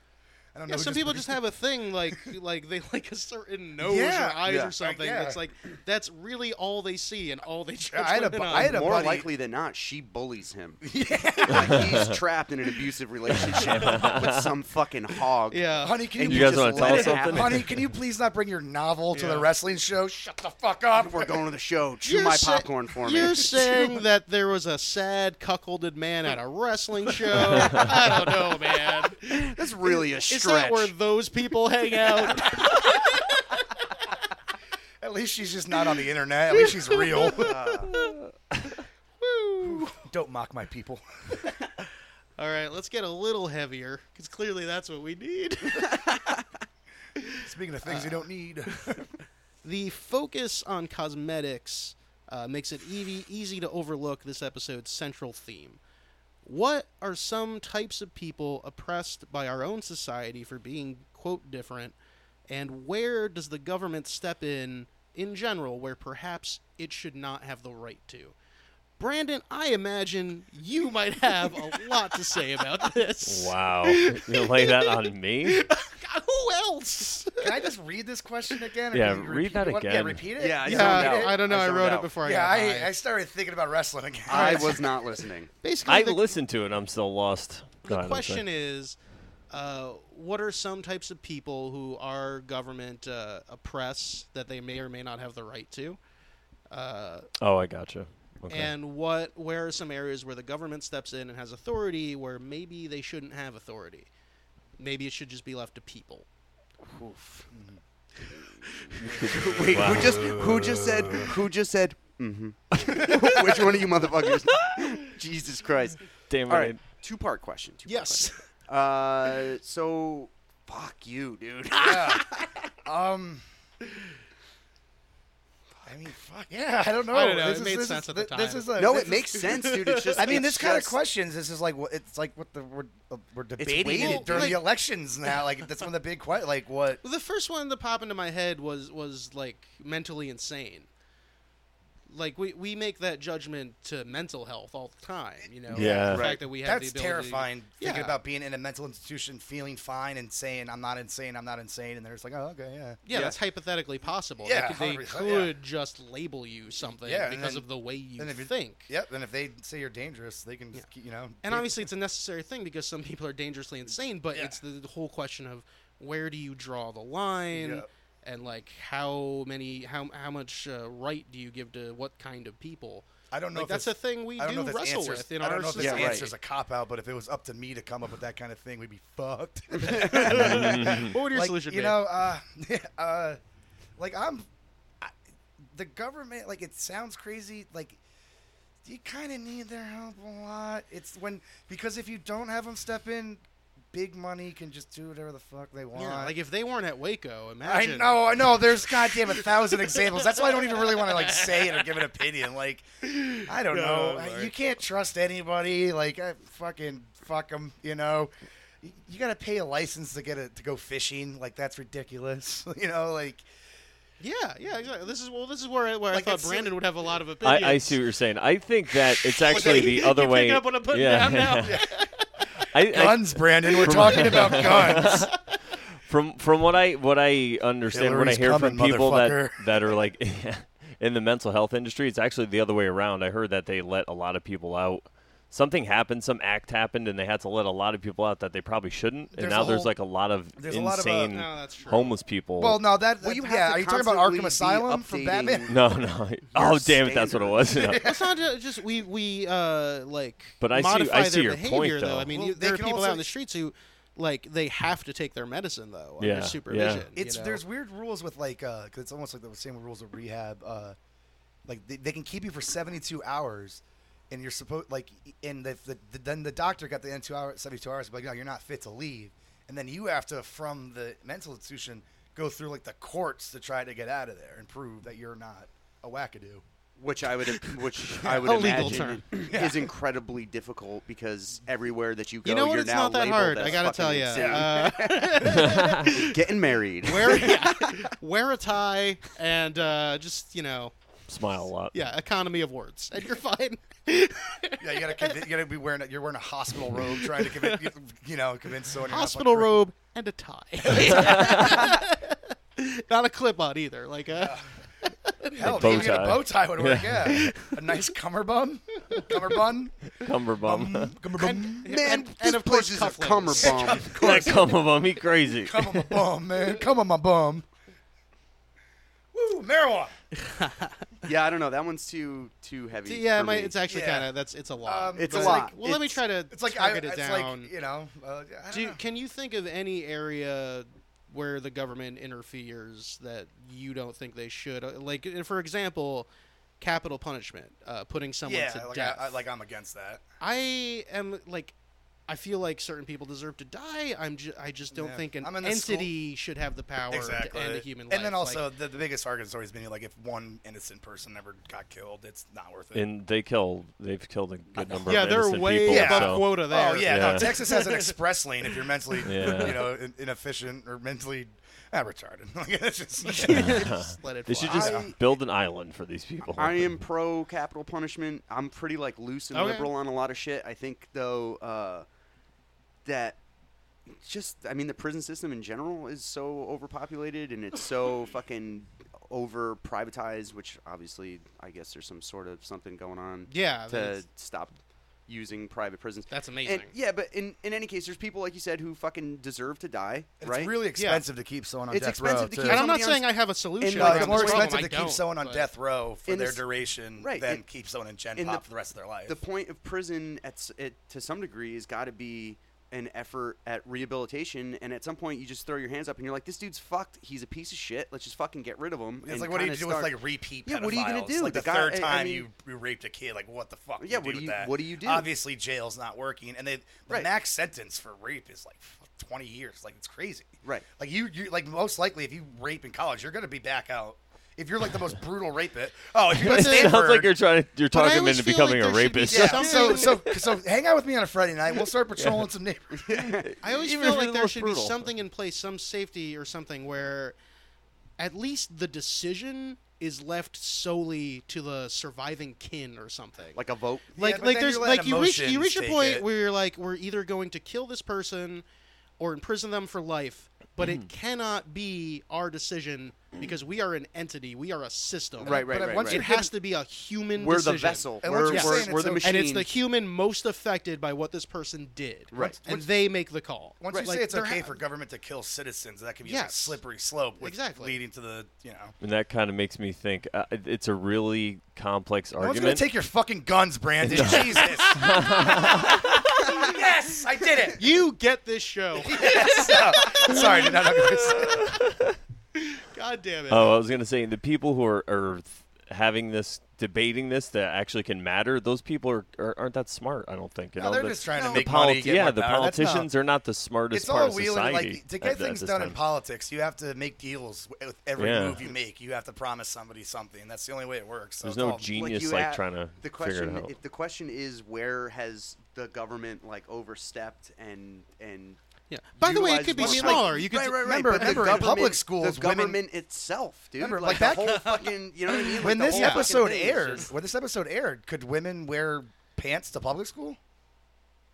S5: I don't
S3: Yeah,
S5: know. who
S3: some
S5: just
S3: people just have
S5: produced
S3: a thing like like they like a certain nose
S5: Yeah.
S3: or eyes
S4: Yeah.
S3: or something.
S5: Yeah.
S3: It's like that's really all they see and all they judge
S5: I had a
S3: women
S5: bu-
S3: on.
S5: I had a-
S4: More
S5: buddy-
S4: likely than not, she bullies him. Like, he's trapped in an abusive relationship with some fucking hog.
S5: it.
S3: yeah.
S5: Honey, can you,
S4: And
S1: You guys
S5: please just
S1: wanna
S5: let
S1: tell
S5: it
S1: us something?
S5: happen? Honey, can you please not bring your novel to the wrestling show? Shut the fuck up.
S4: We're going to the show. Chew
S3: You're
S4: my
S3: sa-
S4: popcorn for me.
S3: You're saying that there was a sad cuckolded man at a wrestling show. I don't know, man.
S4: That's really a
S3: Is that
S4: stretch.
S3: where those people hang out?
S5: At least she's just not on the internet. At least she's real. Don't mock my people.
S3: All right, let's get a little heavier because clearly that's what we need.
S5: Speaking of things you don't need.
S3: the focus on cosmetics uh, makes it easy, easy to overlook this episode's central theme. What are some types of people oppressed by our own society for being, quote, different? And where does the government step in, in general, where perhaps it should not have the right to? Brandon, I imagine you might have a lot to say about this.
S1: Wow. You're gonna lay that on me?
S3: Who else?
S5: Can I just read this question again? or
S1: Yeah,
S5: can you
S1: read
S5: repeat
S1: that
S5: it? What- Yeah,
S1: again.
S5: repeat it.
S4: Yeah, I
S5: yeah.
S4: zoned
S3: Yeah,
S4: out.
S3: I don't know. I,
S4: zoned
S3: wrote
S4: out.
S3: it before I got high.
S5: I, I started thinking about wrestling again.
S4: I was not listening.
S3: Basically,
S1: I
S3: the-
S1: listened to it. I'm still lost. Go
S3: the
S1: ahead, I'm
S3: question
S1: sorry.
S3: is uh, what are some types of people who our government uh, oppress that they may or may not have the right to
S1: Oh, I gotcha. Okay.
S3: and what where are some areas where the government steps in and has authority where maybe they shouldn't have authority maybe it should just be left to people
S4: Wait, who just who just said who just said mm-hmm. Which one of you motherfuckers? Jesus Christ.
S1: Damn
S4: All
S1: right.
S4: right. Two part question. Two
S3: yes
S4: Uh so fuck you, dude.
S5: Um. I mean, fuck. Yeah, I don't know.
S3: I don't know,
S5: This
S3: it
S5: is-
S3: made
S5: this is-
S3: sense at the
S5: thi- This
S3: time.
S5: is a,
S4: no,
S5: this
S4: it
S5: is-
S4: makes sense, dude. It's just
S5: I mean, this
S4: it's
S5: kind of
S4: just-
S5: questions. This is like what it's like. What the we're uh, we're debating
S4: weighted.
S5: it during the
S3: Like-
S5: elections now. Like that's one of the big questions. Like what?
S3: Well, the first one that popped into my head was was like mentally insane. Like we, we make that judgment to mental health all the time, you know.
S1: Yeah.
S3: The
S4: Right.
S3: fact that we have
S5: That's
S3: the ability.
S5: terrifying. Thinking
S3: Yeah.
S5: about being in a mental institution, feeling fine and saying I'm not insane, I'm not insane, and they're just like, oh, okay, yeah.
S3: Yeah, that's hypothetically possible.
S5: Yeah,
S3: Like, they
S5: 100%, yeah.
S3: could just label you something
S5: Yeah, and
S3: because
S5: then-
S3: of the way you
S5: then if you-
S3: think.
S5: Yep. And if they say you're dangerous, they can, just, keep- you know.
S3: And
S5: they-
S3: obviously, it's a necessary thing because some people are dangerously insane. But it's the, the whole question of where do you draw the line,
S5: Yeah.
S3: and like how many, how how much uh, right do you give to what kind of people?
S5: I don't know.
S3: Like,
S5: if
S3: that's
S5: it's-
S3: a thing we
S5: I don't know
S3: do
S5: if that's
S3: wrestle
S5: answers,
S3: with in
S5: I don't
S3: our
S5: know if this
S3: society.
S4: Yeah, right.
S5: answer's a cop out, but if it was up to me to come up with that kind of thing, we'd be fucked.
S3: What would your
S5: like,
S3: solution
S5: you
S3: be?
S5: know, uh, uh, like I'm, I, the government. Like it sounds crazy. Like you kind of need their help a lot. It's when because if you don't have them step in, big money can just do whatever the fuck they want.
S3: Yeah, like if they weren't at Waco,
S5: I
S3: imagine.
S5: know, I know. There's goddamn a thousand examples. That's why I don't even really want to like say it or give an opinion. Like, I don't
S3: Oh,
S5: know.
S3: Lord.
S5: You can't trust anybody. Like, I fucking fuck them. You know, Y- you gotta pay a license to get a, to go fishing. Like, that's ridiculous. you know, like
S3: Yeah, yeah, exactly. This is well, this is where I, where
S5: Like
S3: I thought
S5: that's-
S3: Brandon would have a lot of
S1: I,
S3: opinions.
S1: I see what you're saying. I think that it's actually the
S3: You
S1: other
S3: picking
S1: way.
S3: up what I'm putting down now?
S1: I, I-
S5: guns, Brandon. We're talking about guns.
S1: from from what I what I understand, what I
S5: Hillary's
S1: hear from
S5: coming,
S1: people that
S5: motherfucker.
S1: that are like in the mental health industry, it's actually the other way around. I heard that they let a lot of people out. Something happened, some act happened, and they had to let a lot of people out that they probably shouldn't. And
S5: There's
S1: now
S5: a
S1: there's
S5: whole-
S1: like a lot of
S5: there's a lot of, uh,
S1: insane
S3: no, oh, that's true.
S1: homeless people.
S5: Well, no, that.
S4: Well, you have
S5: yeah,
S4: to
S5: are you talking about
S4: constantly
S5: Arkham
S4: be
S5: Asylum from
S4: updating-
S5: Batman?
S1: no, no. Oh, damn it, that's what it was. No.
S3: Let's not ju- just we we uh like.
S1: But I see-
S3: modify
S1: I see
S3: their
S1: your
S3: behavior,
S1: point, though.
S3: I mean,
S5: Well,
S3: you,
S5: they
S3: there are
S5: can
S3: people
S5: also-
S3: out in the streets who like they have to take their medicine
S1: Yeah,
S3: though under
S1: yeah.
S3: supervision. you
S5: it's
S3: know?
S5: there's weird rules with like uh 'cause it's almost like the same rules of rehab uh like they, they can keep you for 72 hours and you're supposed like and if the, the then the doctor got the end two hours 72 hours but like no you're not fit to leave and then you have to from the mental institution go through like the courts to try to get out of there and prove that you're not a wackadoo
S4: which I would which I would
S3: A legal
S4: imagine is incredibly difficult because everywhere that you go,
S3: You know what?
S4: are
S3: It's
S4: now
S3: not that
S4: labeled
S3: hard.
S4: as
S3: I gotta
S4: fucking
S3: tell Uh, you.
S4: insane.
S3: Uh,
S4: Getting married.
S3: wear wear a tie and uh, just you know
S1: Smile a lot.
S3: yeah economy of words and you're fine.
S5: yeah you gotta convi- you gotta be wearing a, you're wearing a hospital robe trying to convince you, you know convince someone you're not
S3: Hospital
S5: fucking-
S3: robe and a tie. Not a clip on either. Like uh,
S5: Hell,
S1: bow
S5: even
S1: tie.
S5: a bow tie would work. Yeah, a nice cummerbund, cummerbund. Um,
S1: Cumberbum.
S4: Man,
S5: Cummerbum.
S3: and
S4: this
S3: of
S4: place
S3: course
S4: is
S3: cufflinks.
S4: cummerbund.
S1: that cumberbum, he crazy.
S5: Come on my bum, man. Come on my bum. Woo, marijuana.
S4: yeah, I don't know. That one's too too heavy.
S3: yeah,
S4: for
S3: my,
S4: me.
S3: it's actually
S5: Yeah.
S3: kind of that's it's a lot.
S5: Um,
S4: It's
S3: But
S4: a
S3: it's
S4: lot.
S3: like- well, let me
S4: It's-
S3: try to
S5: It's like I,
S3: target
S5: it's
S3: it down.
S5: like you know. Uh, I don't
S3: Do you,
S5: know.
S3: can you think of any area where the government interferes that you don't think they should? Uh, Like, uh, for example, capital punishment, uh, putting someone
S5: Yeah,
S3: to
S5: like, I,
S3: death.
S5: I, like I'm against that.
S3: I am like, I feel like certain people deserve to die. I'm ju- I just don't
S5: Yeah.
S3: think an
S5: I'm in the school-
S3: entity should have the power
S5: Exactly.
S3: to end a human life.
S5: and then
S3: Like,
S5: also the, the biggest argument has always been like if one innocent person ever got killed, it's not worth it.
S1: And they kill. They've killed a good number
S3: yeah,
S1: of
S3: they're
S1: innocent
S3: way
S1: people.
S5: Yeah.
S3: above
S1: so-
S3: quota there.
S5: Oh yeah,
S1: Yeah.
S5: no. Texas has an express lane if you're mentally,
S1: Yeah.
S5: you know, in- inefficient or mentally ah, retarded. Like, it's just-
S3: Just let it
S1: They should
S3: fly.
S1: just
S4: I-
S1: build an island for these people.
S4: I am pro capital punishment. I'm pretty like loose and
S3: Okay.
S4: liberal on a lot of shit. I think though uh, that just I mean the prison system in general is so overpopulated and it's so fucking over privatized, which obviously I guess there's some sort of something going on.
S3: Yeah,
S4: to
S3: that's-
S4: stop using private prisons.
S3: That's
S4: And-
S3: amazing.
S4: yeah, but in in any case, there's people like you said who fucking deserve to die,
S5: It's
S4: right?
S5: really expensive to keep someone on
S4: It's
S5: death
S4: expensive
S5: row.
S4: to
S5: too.
S4: keep
S3: and I'm not
S4: somebody on-
S3: saying I have a solution.
S4: in,
S5: No,
S4: like,
S3: around
S5: it's
S4: I'm
S5: more
S3: this problem,
S5: expensive to
S3: I don't,
S5: keep someone on
S3: but-
S5: death row for
S4: In
S5: their
S4: this-
S5: duration
S4: Right,
S5: than
S4: it-
S5: keep someone in gen
S4: in
S5: pop
S4: the-
S5: for the rest of their life.
S4: the point of prison at s- it, to some degree has got to be an effort at rehabilitation and at some point you just throw your hands up and you're like this dude's fucked he's a piece of shit let's just fucking get rid of him
S5: it's
S4: and
S5: like what do you do
S4: kinda
S5: with
S4: start-
S5: like repeat
S4: Yeah,
S5: pedophiles?
S4: what are you gonna do?
S5: Like the,
S4: The guy-
S5: third
S4: I- I
S5: time
S4: mean-
S5: you, you raped a kid, like what the fuck? do
S4: Yeah,
S5: you
S4: what
S5: do
S4: do
S5: with
S4: you-
S5: that?
S4: what do you do?
S5: Obviously, jail's not working, and they the
S4: Right.
S5: max sentence for rape is like f- twenty years. Like it's crazy.
S4: Right.
S5: Like you, you like most likely if you rape in college, you're gonna be back out. If you're like the most brutal rapist, oh, if you're at
S1: It sounds like
S5: Stanford,
S1: you're trying. You're
S3: I
S1: talking him
S3: always
S1: into
S3: feel like
S1: becoming a
S3: there should be
S1: rapist.
S5: Yeah.
S3: Something-
S5: So so so hang out with me on a Friday night. We'll start patrolling some neighborhoods.
S3: I always
S1: Even if you're
S3: feel like
S1: the
S3: there
S1: most
S3: should
S1: brutal.
S3: be something in place, some safety or something where at least the decision is left solely to the surviving kin or something.
S4: like a vote
S3: like
S5: Yeah, but
S3: like
S5: then
S3: there's
S5: you're letting
S3: like you reach you
S5: emotions
S3: reach a
S5: take
S3: point
S5: it.
S3: where you're like we're either going to kill this person or imprison them for life, but it cannot be our decision because we are an entity, we are a system.
S4: Right, right,
S5: But
S4: right,
S5: once
S4: right.
S3: It
S5: you're
S3: has to be a human
S4: we're
S3: decision.
S4: the vessel
S5: And
S4: we're,
S5: once you're
S4: we're,
S5: saying
S4: we're
S5: it's
S4: the
S5: o-
S4: machine
S3: And it's the human most affected by what this person did.
S4: Right.
S3: And they make the call.
S5: Once you
S3: Like,
S5: say it's
S3: there
S5: okay
S3: ha-
S5: for government to kill citizens, that could be like a
S3: Yes.
S5: slippery slope, with
S3: Exactly.
S5: leading to the you know.
S1: And that kind of makes me think. Uh, it- it's a really complex
S5: No one's gonna
S1: argument.
S5: take your fucking guns, Brandon. Jesus. yes, I did it.
S3: You get this show.
S5: Yes. Sorry, did not know what I said.
S3: God damn it.
S1: oh, I was gonna say the people who are, are th- having this, debating this that actually can matter, those people are, are aren't that smart. I don't think. You
S5: No,
S1: know,
S5: they're
S1: the-
S5: just trying to
S1: the
S5: make money, get
S1: yeah,
S5: more
S1: the
S5: power. That's not-
S1: politicians are not the smartest
S5: it's
S1: part
S5: all
S1: of
S5: wheeling
S1: society.
S5: like to
S1: at
S5: get
S1: the- at
S5: things
S1: this
S5: done
S1: time.
S5: in politics you have to make deals with every
S1: Yeah.
S5: move you make you have to promise somebody something and that's the only way it works so
S1: There's
S5: it's
S1: no
S5: all-
S4: Like,
S1: genius
S4: you
S1: like,
S4: a-
S1: trying to
S4: the question,
S1: figure it out.
S4: If the question is where has the government like overstepped and and
S3: Yeah. By the way, it
S4: utilized
S3: could be
S4: what- like,
S3: smaller. You could
S4: right,
S3: t-
S4: right, right.
S5: remember-
S4: but the
S5: remember in
S4: government-
S5: public schools,
S4: the
S5: women-
S4: government itself, dude.
S5: Remember,
S4: like,
S5: like
S4: the
S5: back-
S4: whole fucking, you know what I mean? Like,
S5: when
S4: the
S5: this
S4: whole fucking
S5: episode
S4: thing is
S5: aired
S4: just-
S5: when this episode aired could women wear pants to public school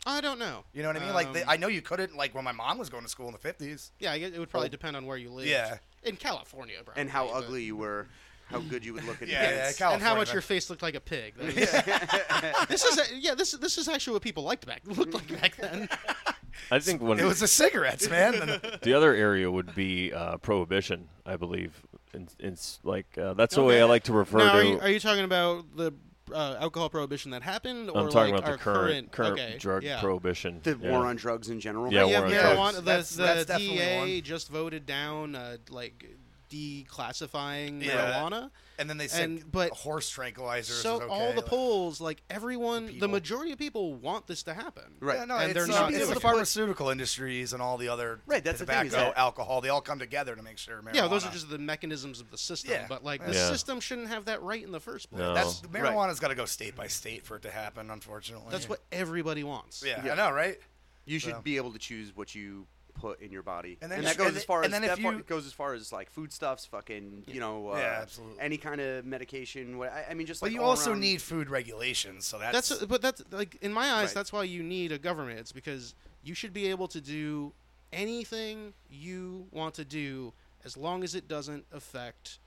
S3: I don't know.
S5: you know what i mean like they,
S3: Um,
S5: i know you couldn't like when my mom was going to school in the 50s
S3: Yeah, I guess it would probably depend on where you live.
S5: Oh. Yeah.
S3: In California, probably.
S4: and how
S3: but-
S4: ugly you were, how good you would look at
S5: Yeah, yeah,
S4: pants.
S5: Cal-
S3: And how
S5: California,
S3: much
S5: but-
S3: your face looked like a pig. That was- this is a, yeah. This this is actually what people liked back looked like back then.
S1: I think one
S5: it was the cigarettes man And-
S1: The other area would be uh, prohibition, I believe. In, in, like uh, that's the way I
S3: Okay.
S1: like to refer
S3: Now,
S1: to.
S3: are you, are you talking about the uh, alcohol prohibition that happened, or
S1: I'm talking
S3: like
S1: about
S3: our
S1: the current current
S3: okay,
S1: drug
S3: yeah.
S1: prohibition.
S4: the
S1: yeah.
S4: war on drugs in general.
S1: Yeah,
S3: Yeah,
S1: war on
S3: marijuana-
S1: drugs.
S3: The,
S5: That's-
S3: the
S5: that's definitely
S3: DEA
S5: one.
S3: just voted down uh, like declassifying
S5: Yeah.
S3: marijuana.
S5: and then they said
S3: And- but-
S5: horse tranquilizers
S3: So
S5: is okay.
S3: all the
S5: like-
S3: polls, like everyone, the,
S5: people.
S3: majority of people want this to happen.
S4: Right.
S5: Yeah, no,
S3: And
S5: it's,
S3: they're
S5: uh,
S3: not
S5: it's
S3: doing
S5: the
S3: it.
S5: pharmaceutical industries and all the other
S4: Right, that's the
S5: tobacco,
S4: thing, is that-
S5: alcohol. They all come together to make sure marijuana.
S3: Yeah, those are just the mechanisms of the system.
S5: Yeah.
S3: But like the
S1: Yeah.
S3: system shouldn't have that right in the first place.
S1: No.
S5: that's
S1: Oh.
S5: marijuana's got to go state by state for it to happen. Unfortunately,
S3: That's what everybody wants.
S5: Yeah,
S4: Yeah.
S5: I know, right?
S4: You should
S5: So-
S4: be able to choose what you put in your body,
S5: And
S4: and,
S5: then
S4: that
S5: if-
S4: goes
S5: and
S4: as far
S5: then-
S4: as
S5: and then
S4: that
S5: if
S4: far,
S5: you-
S4: it goes as far as like foodstuffs, fucking, you know, uh,
S5: Yeah, absolutely.
S4: any kind of medication. What I, I mean, just
S5: But
S4: like
S5: you
S4: all
S5: also
S4: around-
S5: need food regulations, so that's,
S3: That's but that's like in my eyes,
S4: Right.
S3: that's why you need a government. It's because you should be able to do anything you want to do as long as it doesn't affect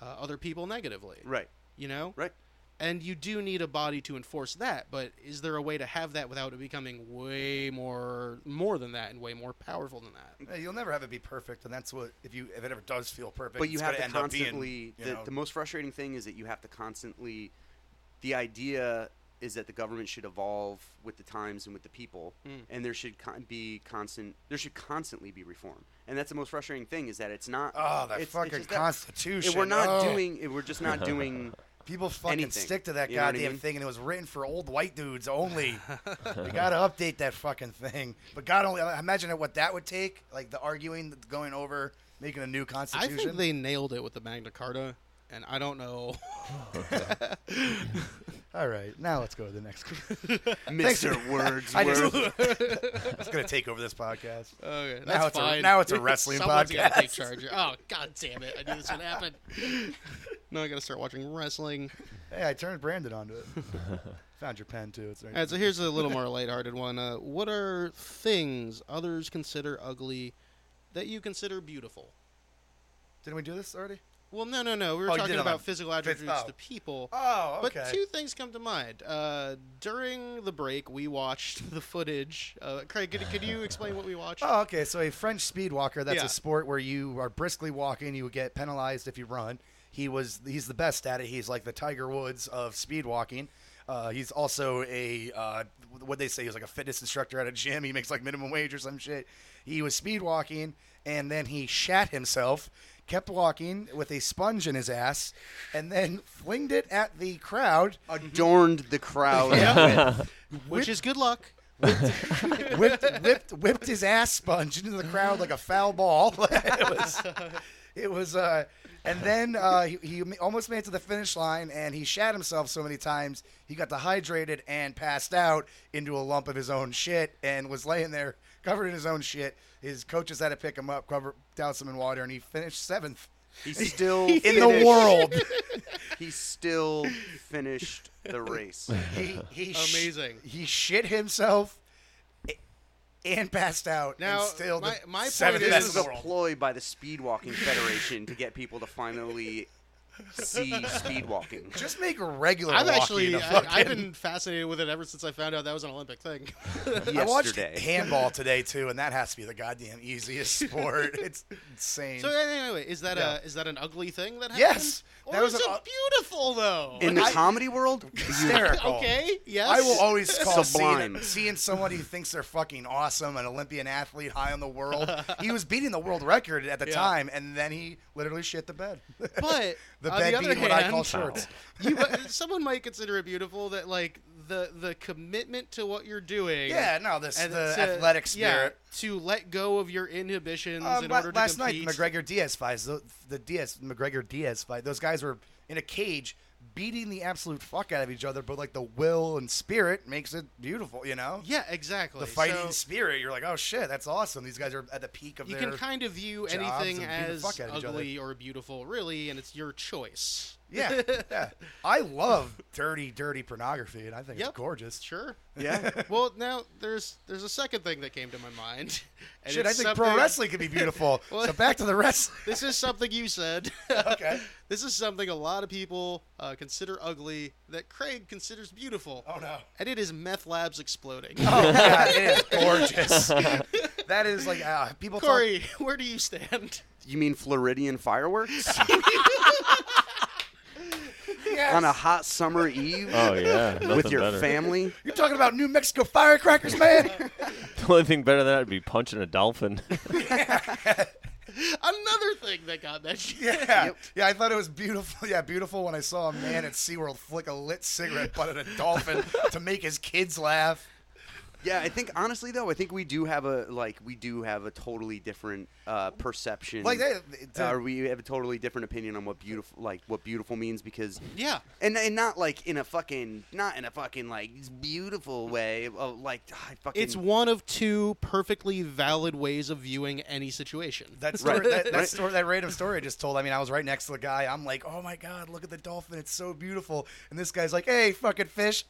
S3: uh, other people negatively.
S4: right,
S3: You know.
S4: right.
S3: And you do need a body to enforce that, but is there a way to have that without it becoming way more more than that and way more powerful than that?
S5: Yeah, you'll never have it be perfect, and that's what if you if it ever does feel perfect.
S4: But you
S5: it's
S4: have
S5: gonna
S4: to
S5: end up being,
S4: constantly.
S5: you
S4: the,
S5: know,
S4: the most frustrating thing is that you have to constantly. The idea is that the government should evolve with the times and with the people,
S5: Hmm.
S4: and there should con- be constant. There should constantly be reform, and that's the most frustrating thing is that it's not.
S5: Oh, that
S4: it's- it's
S5: fucking
S4: just that-
S5: Constitution.
S4: and we're not
S5: oh.
S4: doing. and We're just not doing.
S5: People fucking
S4: anything.
S5: stick to that
S4: You know what I
S5: goddamn
S4: mean?
S5: thing, and it was written for old white dudes only. we gotta update that fucking thing. But God only, imagine what that would take. Like the arguing, the going over, making a new
S3: I
S5: constitution.
S3: think they nailed it with the Magna Carta, and I don't know.
S5: All right, now let's go to the next.
S4: Mr. Wordsworth.
S5: I just, it's gonna take over this podcast.
S3: Okay, that's
S5: Now it's a-
S3: fine.
S5: now it's a wrestling
S3: Someone's Gotta take
S5: podcast.
S3: charge. here. Oh god damn it! I knew this would happen. now I gotta start watching wrestling.
S5: Hey, I turned Brandon onto it. Found your pen too. It's right.
S3: All right, so here's a little more lighthearted one. Uh, what are things others consider ugly that you consider beautiful?
S5: Didn't we do this already?
S3: Well, no, no, no. We were
S5: Oh, you
S3: talking
S5: did it
S3: about
S5: on-
S3: physical attributes
S5: oh.
S3: to people.
S5: Oh, okay.
S3: But two things come to mind. Uh, during the break, we watched the footage. Uh, Craig, could, could you explain what we watched?
S5: Oh, okay. So a French speed walker, that's
S3: Yeah.
S5: a sport where you are briskly walking, you get penalized if you run. He was he's the best at it. He's like the Tiger Woods of speed walking. Uh, he's also a uh, what they say he's like a fitness instructor at a gym. He makes like minimum wage or some shit. He was speed walking and then he shat himself, kept walking with a sponge in his ass, and then flinged it at the crowd.
S4: adorned the crowd.
S3: Which is good luck.
S5: whipped, whipped, whipped his ass sponge into the crowd like a foul ball. it was, it was, uh, and then uh, he, he almost made it to the finish line, and he shat himself so many times he got dehydrated and passed out into a lump of his own shit, and was laying there covered in his own shit. His coaches had to pick him up, cover, douse him in water, and he finished seventh
S4: He's still
S5: in the world.
S4: He still finished the race.
S5: He, he sh-
S3: Amazing.
S5: he shit himself. a- And passed out.
S3: Now,
S5: and still
S3: my-
S5: the
S3: my point
S5: seventh
S3: is-
S5: best
S4: This
S5: in
S4: is
S5: the
S4: a
S5: world.
S4: ploy by the Speedwalking Federation to get people to finally see speedwalking.
S5: Just make a regular.
S3: I've
S5: walking
S3: actually
S5: a
S3: I, I've
S5: fucking-
S3: been fascinated with it ever since I found out that was an Olympic thing.
S5: I watched
S4: yesterday.
S5: handball today too, and that has to be the goddamn easiest sport. It's insane.
S3: so anyway, is that
S5: Yeah.
S3: a is that an ugly thing that happened?
S5: Yes,
S3: or
S5: that was uh,
S3: is
S5: an
S3: it
S5: u-
S3: beautiful though?
S4: In the
S5: I-
S4: comedy world,
S5: hysterical.
S3: okay, yes.
S5: I will always call seeing,
S4: Sublime.
S5: seeing somebody who thinks they're fucking awesome, an Olympian athlete, high on the world. He was beating the world record at the
S3: Yeah.
S5: time, and then he literally shit the bed.
S3: But
S5: The
S3: On
S5: bed
S3: the other
S5: being what I call
S3: hand-
S5: shorts.
S3: you, but someone might consider it beautiful that like the the commitment to what you're doing.
S5: Yeah, no, this
S3: and
S5: the
S3: to-
S5: athletic
S3: yeah,
S5: spirit.
S3: to let go of your inhibitions
S5: Um,
S3: in
S5: la-
S3: order to
S5: last
S3: compete.
S5: night, the McGregor Diaz fight, the, the Diaz McGregor Diaz fight, those guys were in a cage beating the absolute fuck out of each other, but like the will and spirit makes it beautiful, you know?
S3: yeah, exactly.
S5: The fighting
S3: So
S5: spirit, you're like, oh shit, that's awesome. These guys are at the peak of
S3: you
S5: their.
S3: can kind of view
S5: jobs and
S3: anything
S5: beat the
S3: as
S5: fuck out of each other.
S3: ugly or beautiful, really, and it's your choice.
S5: yeah, yeah. I love dirty, dirty pornography, and I think
S3: Yep.
S5: it's gorgeous.
S3: Sure.
S5: Yeah.
S3: well, now there's there's a second thing that came to my mind. and
S5: Shit, I
S3: it's
S5: think pro
S3: something-
S5: wrestling could be beautiful.
S3: Well-
S5: so back to the wrestling.
S3: This is something you said.
S5: Okay.
S3: this is something a lot of people uh, consider ugly that Craig considers beautiful.
S5: Oh, no.
S3: And it is meth labs exploding.
S5: Oh god, it is gorgeous. that is like uh, people
S3: Corey, where do you stand?
S4: You mean Floridian fireworks
S5: talk. Yes.
S4: on a hot summer eve
S1: Oh yeah,
S4: with
S1: nothing
S4: your
S1: better.
S4: family?
S5: You're talking about New Mexico firecrackers, man.
S1: The only thing better than that would be punching a dolphin.
S3: Another thing that got mentioned.
S5: yeah, yeah. I thought it was beautiful. Yeah, beautiful when I saw a man at SeaWorld flick a lit cigarette butt at a dolphin to make his kids laugh.
S4: Yeah, I think honestly though, I think we do have a like we do have a totally different uh, perception.
S5: Like they, they-
S4: Uh, or we have a totally different opinion on what beautiful like what beautiful means because
S3: Yeah.
S4: and and not like in a fucking not in a fucking like beautiful way of like I fucking
S3: It's one of two perfectly valid ways of viewing any situation.
S5: that story,
S4: Right.
S5: that, that,
S4: Right.
S5: story, that random story I just told. I mean, I was right next to the guy. I'm like, oh my god, look at the dolphin. It's so beautiful. And this guy's like, hey, fucking fish.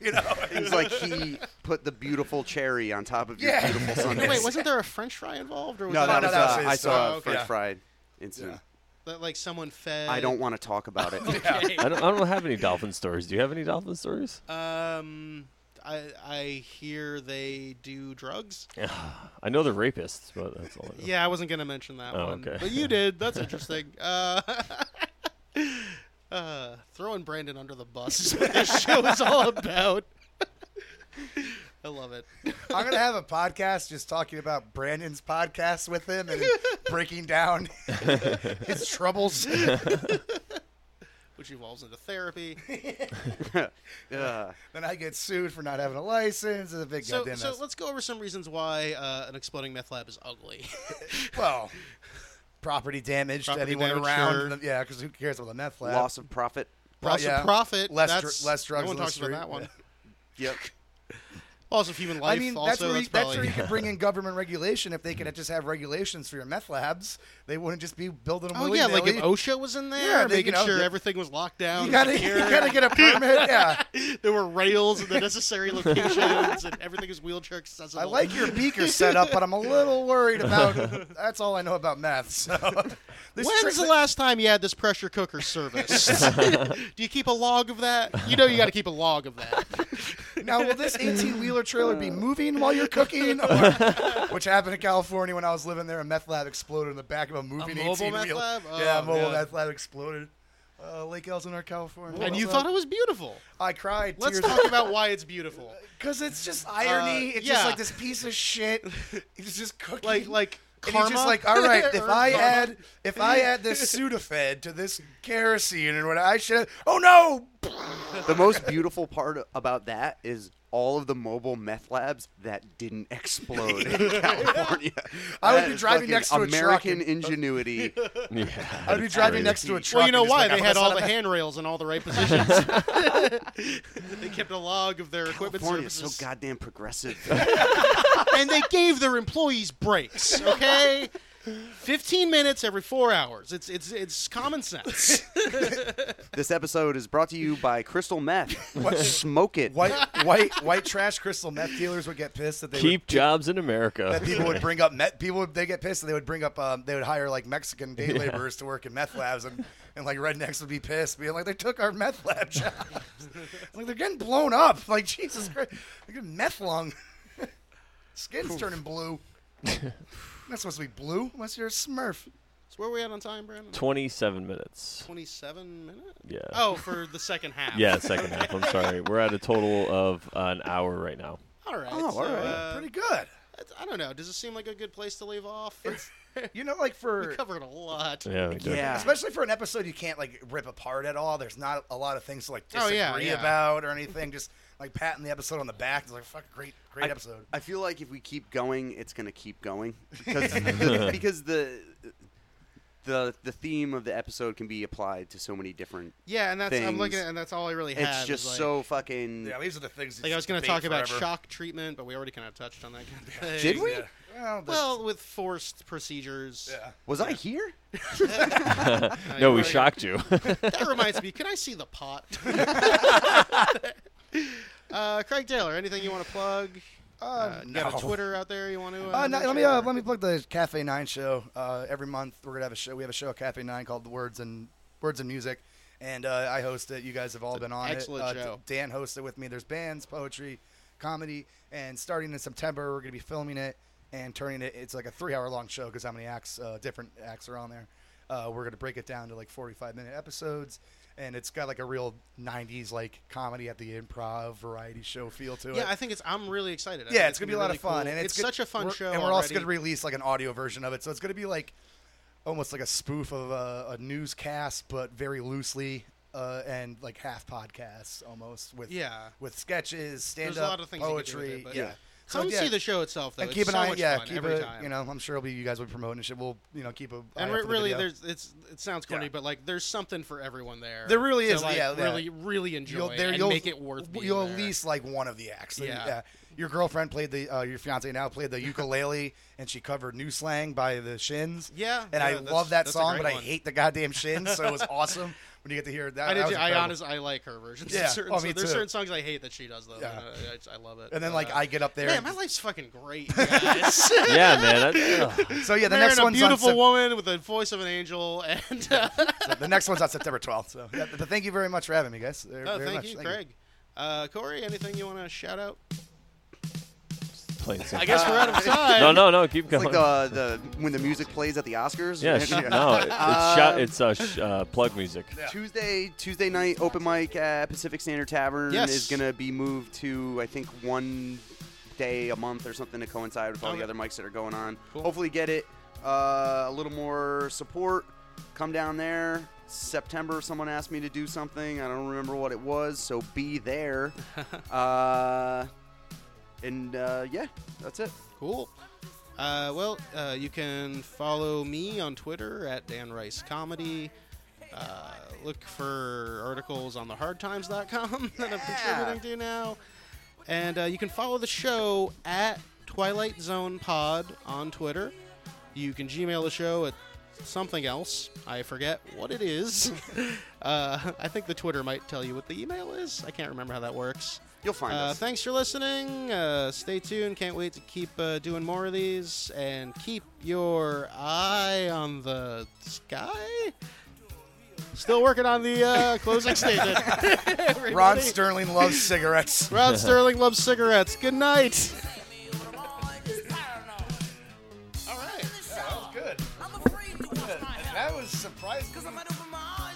S5: You know,
S4: It's like he put the beautiful cherry on top of your
S5: Yeah.
S4: beautiful
S3: No,
S4: sundae.
S3: wait, wasn't there a French fry involved? Or was
S4: no,
S5: No,
S4: that
S5: no,
S4: was,
S5: that was
S4: uh,
S5: his
S4: I saw
S5: stuff.
S4: a French
S5: Yeah.
S4: fried incident.
S3: that like someone fed.
S4: I don't want to talk about it.
S3: Okay.
S1: I don't, I don't have any dolphin stories. Do you have any dolphin stories?
S3: Uh, um, I I hear they do drugs.
S1: I know they're rapists, but that's all. I know.
S3: Yeah, I wasn't gonna mention that
S1: Oh,
S3: one,
S1: okay.
S3: but you did. That's interesting. Uh, uh, throwing Brandon under the bus is what this show is all about. I love it.
S5: I'm gonna have a podcast just talking about Brandon's podcast with him and breaking down his troubles.
S3: Which evolves into therapy.
S4: Ugh.
S5: then I get sued for not having a license. It's a big
S3: So,
S5: goddamn
S3: so
S5: mess.
S3: let's go over some reasons why uh, an exploding meth lab is ugly.
S5: well, property damage to
S3: Property
S5: anyone
S3: damage,
S5: around.
S3: sure.
S5: them. Yeah, because who cares about the meth lab?
S4: Loss of profit.
S5: Well,
S3: Loss
S5: yeah.
S3: of profit.
S5: Less dr-
S3: that's,
S5: less drugs
S3: No one
S5: on the
S3: talks
S5: street.
S3: about that one.
S5: Yeah.
S4: Yep.
S3: Loss of human life.
S5: I mean,
S3: also,
S5: that's where, you, that's
S3: probably
S5: where you could bring in government regulation. If they could just have regulations for your meth labs, they wouldn't just be building them.
S3: Oh yeah, like if
S5: willy-nilly.
S3: OSHA was in there,
S5: Yeah, they- you
S3: making
S5: know,
S3: sure
S5: the-
S3: everything was locked down.
S5: you gotta, you
S3: secure,
S5: gotta get a permit. Yeah,
S3: there were rails in the necessary locations, and everything is wheelchair accessible.
S5: I like your beaker setup, but I'm a little worried about. That's all I know about meth. So, This
S3: When's
S5: trick-
S3: the last time you had this pressure cooker service? Do you keep a log of that? You know you got to keep a log of that.
S5: Now, will this 18 wheeler trailer
S3: Uh.
S5: be moving while you're cooking? Or, which happened in California when I was living there. A meth lab exploded in the back of a moving
S3: mobile
S5: 18
S3: meth
S5: wheeler.
S3: lab?
S5: yeah,
S3: Oh,
S5: a mobile
S3: yeah.
S5: meth lab exploded. Uh, Lake Elsinore, California.
S3: and you
S5: So,
S3: thought it was beautiful.
S5: I cried.
S3: Let's
S5: tears
S3: talk about why it's beautiful.
S5: because it's just irony.
S3: Uh,
S5: it's just
S3: yeah.
S5: like this piece of shit. He's just cooking.
S3: Like like
S5: And
S3: karma.
S5: he's just like, all right, if
S3: Or
S5: I
S3: karma.
S5: add if I add this Sudafed to this kerosene and what I should, oh no,
S4: The most beautiful part about that is all of the mobile meth labs that didn't explode in California.
S5: I would
S4: That
S5: be
S4: is
S5: driving
S4: fucking
S5: next to a truck
S4: American
S5: and-
S4: ingenuity.
S1: Yeah,
S5: I'd be
S1: it's
S5: driving
S1: crazy.
S5: next to a truck.
S3: Well, you know
S5: and just
S3: why
S5: like, "Oh,
S3: they
S5: "I'm
S3: had
S5: gonna
S3: all
S5: set
S3: the
S5: up a-
S3: handrails in all the right positions. they kept a log of their equipment
S4: California is
S3: services.
S4: so goddamn progressive.
S3: and they gave their employees breaks. Okay, fifteen minutes every four hours. It's it's it's common sense.
S4: this episode is brought to you by Crystal Meth. Smoke it.
S5: White, white, white trash crystal meth dealers would get pissed that they
S1: Keep
S5: would,
S1: jobs in America.
S5: that people would bring up meth. People would, they get pissed that they would bring up um, they would hire like Mexican day laborers to work in meth labs and, and like rednecks would be pissed being like they took our meth lab jobs. like they're getting blown up. Like Jesus Christ, they're getting meth lung. Skin's turning blue. Not supposed to be blue unless you're a Smurf.
S3: so where are we at on time, Brandon?
S1: 27 minutes.
S3: Twenty-seven minutes.
S1: Yeah.
S3: Oh, for the second half.
S1: Yeah, second half. I'm sorry. We're at a total of uh, an hour right now.
S3: All right.
S4: Oh,
S3: so,
S4: all right.
S3: uh,
S5: Pretty good.
S3: it's- I don't know. Does it seem like a good place to leave off?
S5: You know, like for
S3: We covered a lot.
S1: Yeah, we did.
S4: Yeah.
S5: especially for an episode you can't like rip apart at all. There's not a lot of things to like
S3: Oh,
S5: disagree
S3: yeah, yeah.
S5: about or anything. Just like patting the episode on the back. It's like fuck, great, great
S4: I-
S5: episode.
S4: I feel like if we keep going, it's gonna keep going because the, because the the the theme of the episode can be applied to so many different.
S3: Yeah, and that's I'm looking
S4: Things.
S3: at, and that's all I really had.
S4: It's
S3: was,
S4: just
S3: like-
S4: so fucking.
S5: Yeah, these are the things. that
S3: Like I was going to
S5: debate
S3: talk about
S5: forever.
S3: shock treatment, but we already kind of touched on that kind of thing.
S4: Did we?
S5: Yeah. Well, the-
S3: Well, with forced procedures.
S5: yeah.
S4: Was I here?
S3: Uh,
S1: No,
S3: you
S1: we
S3: already-
S1: shocked you.
S3: That reminds me. Can I see the pot? uh, Craig Taylor, anything you want to plug? Uh, you got
S5: no.
S3: a Twitter out there you want to? Uh,
S5: Uh, no, let
S3: mention,
S5: me uh,
S3: or-
S5: let me plug the Cafe Nine show. Uh, every month we're gonna have a show. We have a show at Cafe Nine called "The Words and Words and Music," and uh, I host it. You guys have all been on
S3: excellent
S5: it. Uh, D-
S3: show.
S5: Dan hosts it with me. There's bands, poetry, comedy, and starting in September we're gonna be filming it and turning it. It's like a three-hour-long show because how many acts, uh, different acts are on there. Uh, we're gonna break it down to like 45-minute episodes. And it's got like a real '90s like comedy at the improv variety show feel to it.
S3: Yeah, I think it's. I'm really excited. I
S5: Yeah,
S3: think
S5: it's gonna be a lot
S3: really
S5: of fun,
S3: cool.
S5: and it's, good-
S3: such a fun
S5: we're-
S3: show.
S5: And we're also gonna
S3: already.
S5: release like an audio version of it, so it's gonna be like almost like a spoof of a, a newscast, but very loosely uh, and like half podcasts almost with
S3: Yeah.
S5: with sketches, stand
S3: There's a
S5: up,
S3: lot of things you could do with
S5: poetry,
S3: it, but-
S5: yeah.
S3: Yeah. Come
S5: yeah,
S3: see the show itself, though.
S5: and
S3: It's
S5: keep an
S3: so
S5: eye.
S3: much
S5: Yeah,
S3: fun
S5: keep
S3: every
S5: a,
S3: time.
S5: you know, I'm sure it'll be you guys will be promoting shit. We'll you know keep a eye
S3: and
S5: out
S3: re-
S5: for the
S3: really,
S5: video.
S3: there's it's it sounds corny,
S5: Yeah.
S3: but like there's something for everyone there.
S5: There really
S3: to,
S5: is,
S3: like,
S5: yeah, yeah.
S3: really, really enjoy
S5: you'll, there,
S3: and
S5: you'll
S3: make it worth. being
S5: You'll
S3: there.
S5: at least like one of the acts. And,
S3: Yeah.
S5: yeah. Your girlfriend played the uh, your fiance now played the ukulele and she covered "New Slang" by the Shins.
S3: Yeah,
S5: and I
S3: yeah, that's-
S5: love that
S3: that's a
S5: song,
S3: great
S5: but I
S3: one.
S5: hate the goddamn Shins, so it was awesome when you get to hear that.
S3: I
S5: That
S3: did.
S5: was
S3: too. I
S5: incredible.
S3: honestly I like her versions.
S5: Yeah.
S3: Of certain,
S5: Oh,
S3: so
S5: me
S3: there's
S5: too.
S3: certain songs I hate that she does though.
S5: Yeah.
S3: and, uh, I, just- I love it.
S5: And then
S3: But,
S5: like
S3: uh,
S5: I get up there.
S3: man,
S5: and-
S3: my life's fucking great. Guys.
S1: yeah, man. That, ugh.
S5: so yeah, the
S3: Marrying
S5: next
S3: a
S5: one's on
S3: beautiful
S5: Sep-
S3: woman with the voice of an angel, and uh,
S5: the next one's on September 12th. So yeah, but thank you very much for having me, guys. Very-
S3: oh,
S5: very
S3: thank
S5: much.
S3: you, Craig. Uh, Corey, anything you want to shout out? Uh,
S1: Plain simple.
S3: I guess we're out of time.
S1: no, no, no. Keep
S4: It's
S1: going.
S4: like uh, the, the when the music plays at the Oscars.
S1: yeah, sh- no. It's shout, it's uh, sh- uh, plug music.
S4: Tuesday, Tuesday night open mic at Pacific Standard Tavern
S3: Yes.
S4: is gonna be moved to I think one day a month or something to coincide with all
S3: Okay.
S4: the other mics that are going on. Hopefully, get it uh, a little more support. Come down there. September, someone asked me to do something. I don't remember what it was, so be there. uh, and uh, yeah, that's it.
S3: Cool. Uh, well, uh, you can follow me on Twitter at Dan Rice Comedy. Uh, look for articles on thehardtimes.com that I'm contributing to now. And uh, you can follow the show at Twilight Zone Pod on Twitter. You can Gmail the show at something else. I forget what it is. uh, I think the Twitter might tell you what the email is. I can't remember how that works.
S4: You'll find
S3: Uh,
S4: us.
S3: thanks for listening. Uh, stay tuned. Can't wait to keep uh, doing more of these. And keep your eye on the sky. Still working on the uh, closing statement. Everybody.
S5: Ron Sterling loves cigarettes.
S3: Rod Sterling loves cigarettes. Good night.
S2: All right.
S5: That was surprising.
S2: Cause I might open my eyes